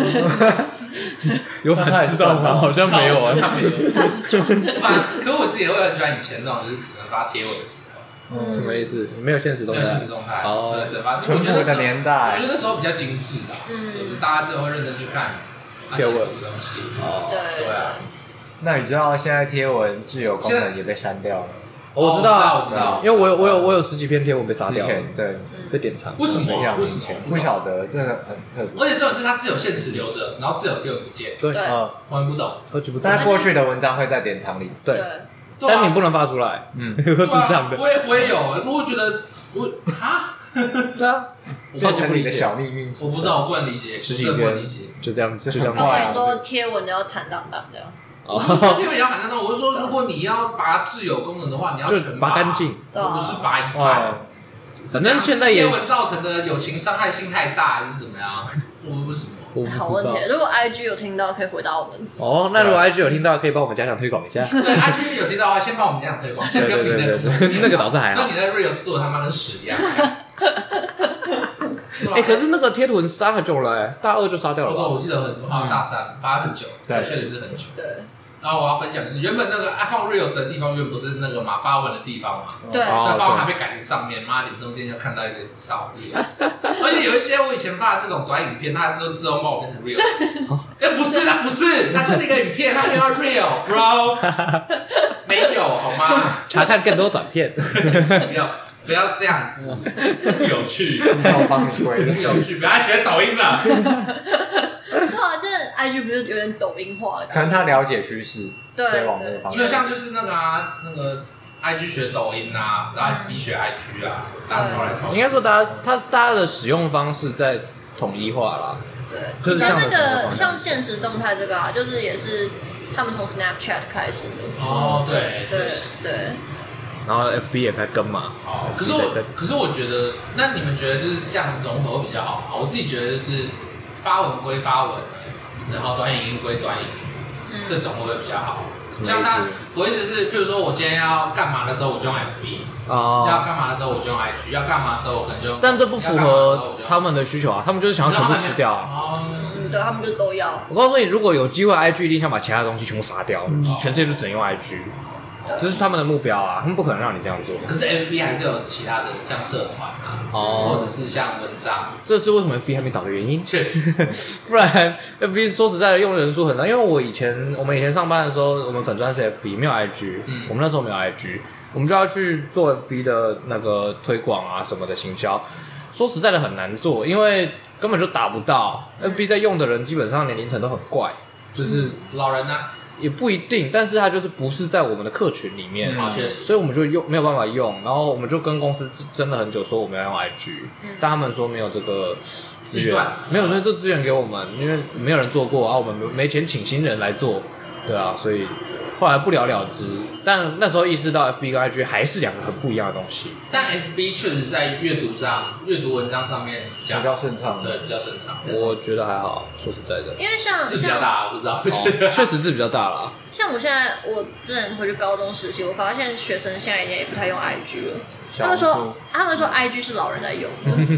Speaker 3: 有反制到吗？好像没有啊。
Speaker 1: 他没有。反可我自己会很喜欢以前那种就是只能发贴文的时候，
Speaker 3: 什么意思？没有现实动
Speaker 1: 没
Speaker 3: 态
Speaker 1: 有，现实动态，
Speaker 3: 啊哦
Speaker 1: 对，整反正
Speaker 5: 淳
Speaker 1: 我觉得
Speaker 5: 朴的
Speaker 1: 是
Speaker 5: 年代
Speaker 1: 我觉得那时候比较精致吧，
Speaker 4: 嗯
Speaker 1: 就是大家真的会认真去看啊那些
Speaker 3: 贴
Speaker 1: 什
Speaker 3: 文
Speaker 1: 么东西，
Speaker 3: 哦，
Speaker 1: 对
Speaker 4: 对，
Speaker 1: 啊，
Speaker 5: 那你知道现在贴文自由功
Speaker 1: 现在
Speaker 5: 能也被删掉了？
Speaker 3: 我知道
Speaker 1: 哦我
Speaker 3: 啊，
Speaker 1: 知道，我知道
Speaker 3: 因为我有我有我有十几篇贴文被杀
Speaker 5: 之
Speaker 3: 掉了，
Speaker 5: 前对，
Speaker 3: 被典藏。
Speaker 1: 为什
Speaker 5: 非
Speaker 1: 么？
Speaker 5: 常
Speaker 1: 为
Speaker 5: 明
Speaker 1: 什
Speaker 5: 显，
Speaker 1: 么？
Speaker 5: 不晓得，真的很特
Speaker 1: 而
Speaker 5: 别。
Speaker 1: 且这种是它自有现实留着，然后自有贴文不见，
Speaker 3: 对，
Speaker 4: 对
Speaker 5: 嗯，
Speaker 1: 我也不懂。
Speaker 3: 超级不懂。
Speaker 5: 但过去的文章会在典藏里，
Speaker 3: 对，
Speaker 1: 对啊
Speaker 3: 但你不能发出来，
Speaker 5: 嗯，
Speaker 3: 有个智
Speaker 1: 对啊
Speaker 3: 障的，
Speaker 1: 我也我也有，我觉得我啊，
Speaker 3: 对啊，
Speaker 1: 我
Speaker 5: 变
Speaker 1: 不
Speaker 5: 成你的小秘密。
Speaker 1: 我不知道，我不能理解，
Speaker 3: 十几
Speaker 1: 我真的不能
Speaker 3: 篇
Speaker 1: 理解。
Speaker 3: 就这样，就这样
Speaker 5: 很
Speaker 4: 那我
Speaker 5: 快
Speaker 4: 跟
Speaker 5: 啊
Speaker 4: 你说，贴文都要坦荡荡的，
Speaker 1: 我不是说
Speaker 3: 哦，
Speaker 1: 贴文要喊那种，我是说如果你要拔自有功能的话，你要
Speaker 3: 就
Speaker 1: 全
Speaker 3: 拔干净，哦
Speaker 4: 对啊
Speaker 1: 而不是拔一半。
Speaker 5: 哇，
Speaker 3: 反正现在也
Speaker 1: 贴文造成的友情伤害性太大，还是怎么 样？我为什么？
Speaker 3: 我不知
Speaker 4: 好问
Speaker 3: 道
Speaker 4: 题。。如果 IG 有听到，可以回答我们。
Speaker 3: 哦，那如果 IG 有听到，可以帮我们加强推广一 下。
Speaker 1: 对，IG 是有听到的话，先帮我们这样推广，先
Speaker 3: 对
Speaker 1: 不要
Speaker 3: 对
Speaker 1: 评
Speaker 3: 对
Speaker 1: 论。
Speaker 3: 对对，那个倒是还
Speaker 1: 所以
Speaker 3: 好。
Speaker 1: 你在 Reels 做得他妈跟屎一样。是吧
Speaker 3: 哎，可是那个贴图杀很久了，哎大二就杀掉
Speaker 1: 我
Speaker 3: 了
Speaker 1: 懂
Speaker 3: 吧。
Speaker 1: 我记得很好像大
Speaker 3: 嗯
Speaker 1: 三，发很久，
Speaker 5: 对
Speaker 1: 确实是很久。
Speaker 3: 哦
Speaker 4: 对
Speaker 1: 然后我要分享就是，原本那个 iPhone Reels 的地方原本不是那个嘛发文的地方嘛，
Speaker 4: 对，
Speaker 3: 哦
Speaker 1: 那发文
Speaker 3: 对
Speaker 1: 还被改成上面，妈你中间就看到一个草 Reels，而 且有一些我以前发的那种短影片，它都自动帮我变 成 Reels。哎，不是，它不是，它就是一个影片，它没有 Real，bro，没 有好吗？
Speaker 3: 查看更多短片，
Speaker 1: 不要不要这样子，不有趣，
Speaker 5: 要 帮你归
Speaker 1: 不
Speaker 5: 了。
Speaker 1: 有趣，不要学抖音了。
Speaker 4: 对啊，现在 IG 不是有点抖音化的
Speaker 5: 可
Speaker 4: 感
Speaker 5: 能他了解趋势，
Speaker 4: 对
Speaker 5: 所以往那个方
Speaker 1: 因为
Speaker 5: 向。
Speaker 1: 像就是那个啊，那个 IG 学抖音啊，然后 FB 学 IG 啊，大家抄来抄去。
Speaker 3: 应该说大家他大家的使用方式在统一化啦。
Speaker 4: 对，
Speaker 3: 就是像
Speaker 4: 像那
Speaker 3: 我
Speaker 4: 个
Speaker 3: 们
Speaker 4: 像现实动态这个啊，就是也是他们从 Snapchat 开始的。
Speaker 1: 哦，对，
Speaker 4: 对
Speaker 1: 确实。
Speaker 4: 对，
Speaker 3: 然后 FB 也在跟嘛，
Speaker 1: 哦，可是
Speaker 3: 对
Speaker 1: 我
Speaker 3: 对，
Speaker 1: 可是我觉得，那你们觉得就是这样融合比较好吗？我自己觉得就是发文归发文，然后短影音归短影音，这
Speaker 4: 嗯，
Speaker 1: 种会不会比较好？
Speaker 3: 么意思
Speaker 1: 像他，我一直是，譬如说我今天要干嘛的时候，我就用 FB；、要
Speaker 3: 哦，
Speaker 1: 干嘛的时候，我就用 IG；要干嘛的时候，我可能就用……
Speaker 3: 但这不符合他
Speaker 1: 们
Speaker 3: 们的需求啊，他们就是想要全部吃掉啊。
Speaker 1: 哦，
Speaker 4: 嗯对他们就都要。
Speaker 3: 我告诉你，如果有机会，IG 一定想把其他东西全部杀掉，就是全世界就只能用 IG，这是他们的目标啊，他们不可能让你这样做。
Speaker 1: 可是 FB 还是有其他的，像社团啊，
Speaker 3: 哦
Speaker 1: 或者是像文章，
Speaker 3: 这是为什么 FB 还没倒的原因，
Speaker 1: 确实，
Speaker 3: 不然 FB 说实在的用的人数很少，因为我以前我们以前上班的时候，我们粉专是 FB 没有 IG，、
Speaker 1: 嗯
Speaker 3: 我们那时候没有 IG，我们就要去做 FB 的那个推广啊什么的行销，说实在的很难做，因为根本就达不到 FB 在用的人基本上年龄层都很怪，就是
Speaker 1: 老人呢、啊，
Speaker 3: 也不一定，但是它就是不是在我们的客群里面，
Speaker 1: 哦，确实，
Speaker 3: 所以我们就用没有办法用，然后我们就跟公司争争了很久，说我们要用 IG，、但他们说没有这个资
Speaker 1: 预
Speaker 3: 源
Speaker 1: 算，
Speaker 3: 没有那这资源给啊我们，因为没有人做过啊，我们没没钱请新人来做，对啊，所以后来不了了之。但那时候意识到 FB 跟 IG 还是两个很不一样的东西，
Speaker 1: 但 FB 确实在阅读上、阅读文章上面比较
Speaker 5: 比较顺畅，
Speaker 1: 对比较顺畅，
Speaker 3: 我觉得还好，说实在 的，
Speaker 4: 因为像
Speaker 1: 字比较
Speaker 4: 像
Speaker 1: 大，我不知道，我觉
Speaker 3: 哦
Speaker 1: 得
Speaker 3: 确实字比较大啦。
Speaker 4: 像我现在，我之前回去高中时期，我发现学生现在已经也不太用 IG 了。他
Speaker 5: 小红
Speaker 4: 们说
Speaker 5: 书，
Speaker 4: 他们说 IG 是老人在用的。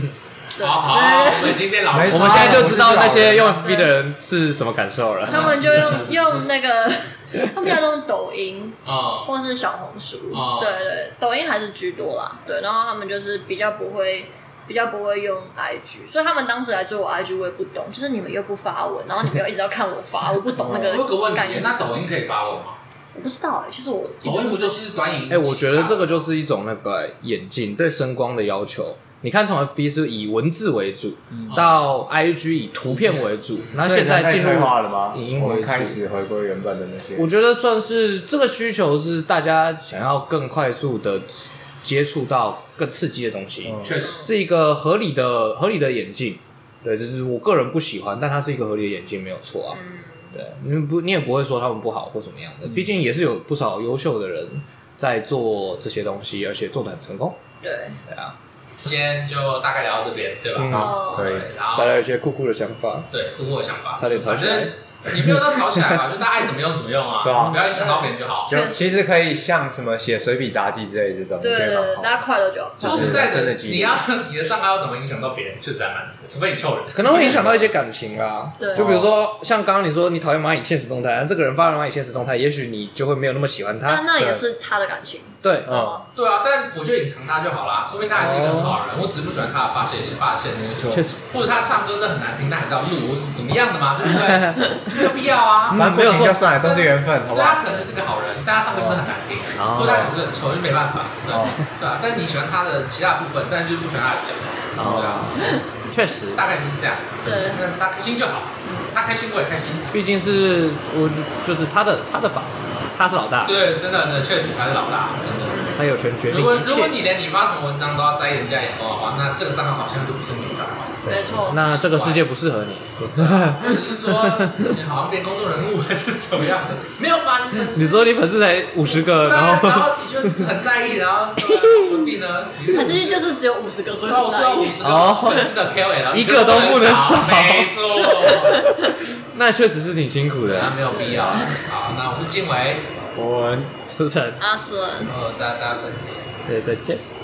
Speaker 4: 对
Speaker 1: 好好，好
Speaker 4: 哦对
Speaker 1: 我们今天老
Speaker 5: 没
Speaker 3: 我
Speaker 5: 错
Speaker 1: 人
Speaker 3: 们现在就知道那些用
Speaker 4: 我知
Speaker 3: FB
Speaker 4: 道
Speaker 3: 的人是什么感受了。
Speaker 4: 他们就用用 那个，他们要用抖音
Speaker 1: 嗯，
Speaker 4: 或是小红书，
Speaker 1: 哦
Speaker 4: 对对，抖音还是居多啦。对，然后他们就是比较不会，比较不会用 IG，所以他们当时来追我 IG，我也不懂，就是你们又不发文，然后你们又一直要看我发，我不懂 那
Speaker 1: 哦我有个
Speaker 4: 个
Speaker 1: 问
Speaker 4: 感觉
Speaker 1: 题，
Speaker 4: 是，
Speaker 1: 那抖音可以发我吗？
Speaker 4: 我不知道哎、其实我一直
Speaker 1: 抖音不就是短影？
Speaker 3: 哎、
Speaker 5: 嗯
Speaker 3: 我觉得
Speaker 5: 啊
Speaker 3: 这个就是一种那个欸眼镜对声光的要求。你看，从 FB 是以文字为主，到 IG 以图片为主，那
Speaker 5: 嗯所以
Speaker 3: 现在
Speaker 5: 人类
Speaker 3: 进入
Speaker 5: 退化了吗？
Speaker 3: 影音
Speaker 5: 我
Speaker 3: 为
Speaker 5: 们开
Speaker 3: 主。
Speaker 5: 始回归原本的那些
Speaker 3: 我。觉得算是这个需求是大家想要更快速的接触到更刺激的东西，
Speaker 5: 嗯
Speaker 1: 确实，
Speaker 3: 是一个合理的合理的眼镜。对，就是我个人不喜欢，但它是一个合理的眼镜，没有错啊。对，你不你也不会说他们不好或什么样
Speaker 5: 嗯
Speaker 3: 的，毕竟也是有不少优秀的人在做这些东西，而且做的很成功。
Speaker 4: 对，
Speaker 3: 对啊，
Speaker 1: 今天就大概聊到这边，对
Speaker 3: 嗯
Speaker 1: 吧？
Speaker 4: 哦、
Speaker 5: 可以
Speaker 1: 对，然后
Speaker 3: 带来一些酷酷的想法。
Speaker 1: 对，不过我想法，
Speaker 3: 差点吵起来
Speaker 1: 反正也没有到吵起来吧，就大家爱怎么用怎么用啊，
Speaker 5: 对啊
Speaker 1: 不要影响到别人就好。
Speaker 5: 就其实可以像什么写随笔杂记之类这种，
Speaker 4: 对
Speaker 5: 我觉
Speaker 4: 对
Speaker 5: 得
Speaker 4: 对，
Speaker 5: 蛮好
Speaker 4: 大家快乐就好。
Speaker 1: 说实在
Speaker 5: 真
Speaker 1: 的
Speaker 5: 的，激励
Speaker 1: 你要你的账号要怎么影响到别人，确实还蛮多，除非你臭人。
Speaker 3: 可能会影响到一些感 情啦，
Speaker 4: 对
Speaker 3: 就比如说像刚刚你说你
Speaker 1: 啊
Speaker 3: 讨厌蚂蚁现实动态，这个人发了蚂蚁现实动态，也许你就会没有那么喜欢
Speaker 4: 那
Speaker 3: 他。
Speaker 4: 那也是他的感情，
Speaker 3: 对，
Speaker 5: 嗯，
Speaker 1: 对啊，但我就隐藏他就好啦，说明他还是一个很好的
Speaker 3: 哦
Speaker 1: 人，我只是不喜欢他的发泄发现
Speaker 2: 没
Speaker 1: 式，
Speaker 2: 错
Speaker 3: 确实，
Speaker 1: 或者他唱歌真的很难听，但还是要录，我是怎么样的 嘛，对不对？没有必要啊。
Speaker 5: 反正不
Speaker 2: 没有
Speaker 5: 行
Speaker 2: 错
Speaker 5: 就算了，都是缘分，好不
Speaker 1: 对
Speaker 5: 好？
Speaker 1: 他可能是个好人，但他唱歌真的很难听，
Speaker 3: 哦
Speaker 1: 或者他长得很丑，就没办法，对
Speaker 5: 哦
Speaker 1: 对啊。但是你喜欢他的其他部分，但是就是不喜欢他的表演，
Speaker 3: 哦
Speaker 1: 对啊，
Speaker 3: 确实，
Speaker 1: 大概就是这样。
Speaker 4: 对
Speaker 1: 但是他开心就好，他开心我也开心。
Speaker 3: 毕竟是我就就是他的他的吧，他是老大，
Speaker 1: 对，真的，真的确实他是老大，真的。
Speaker 3: 他有权决定
Speaker 1: 如果
Speaker 3: 一
Speaker 1: 如果
Speaker 3: 切。
Speaker 1: 你连你发什么文章都要摘人家眼光的话，那这个账号好像就不是你的账号，
Speaker 4: 没错，
Speaker 3: 那这个世界不适合你，
Speaker 1: 或者是说你好像变公众人物还是怎么样的，没有把你粉丝。
Speaker 3: 你说你粉丝才五十个，
Speaker 1: 对啊
Speaker 3: 然
Speaker 1: 然
Speaker 3: 后
Speaker 1: 后你就很在意，然后对啊何必呢？你
Speaker 4: 还是就是只有五十个，所以
Speaker 1: 那我
Speaker 4: 很
Speaker 1: 哦是要
Speaker 4: 在意
Speaker 1: 五十个粉丝的 KOL，
Speaker 3: 一个都不能少
Speaker 1: 啊没错， 啊
Speaker 3: 那确实是挺辛苦
Speaker 1: 那
Speaker 3: 的。啊
Speaker 1: 没有必要。好，那我是静伟，
Speaker 5: 我们
Speaker 3: 苏晨，
Speaker 4: 阿斯人。
Speaker 1: 呃，大家大家再见。
Speaker 3: 对，再见。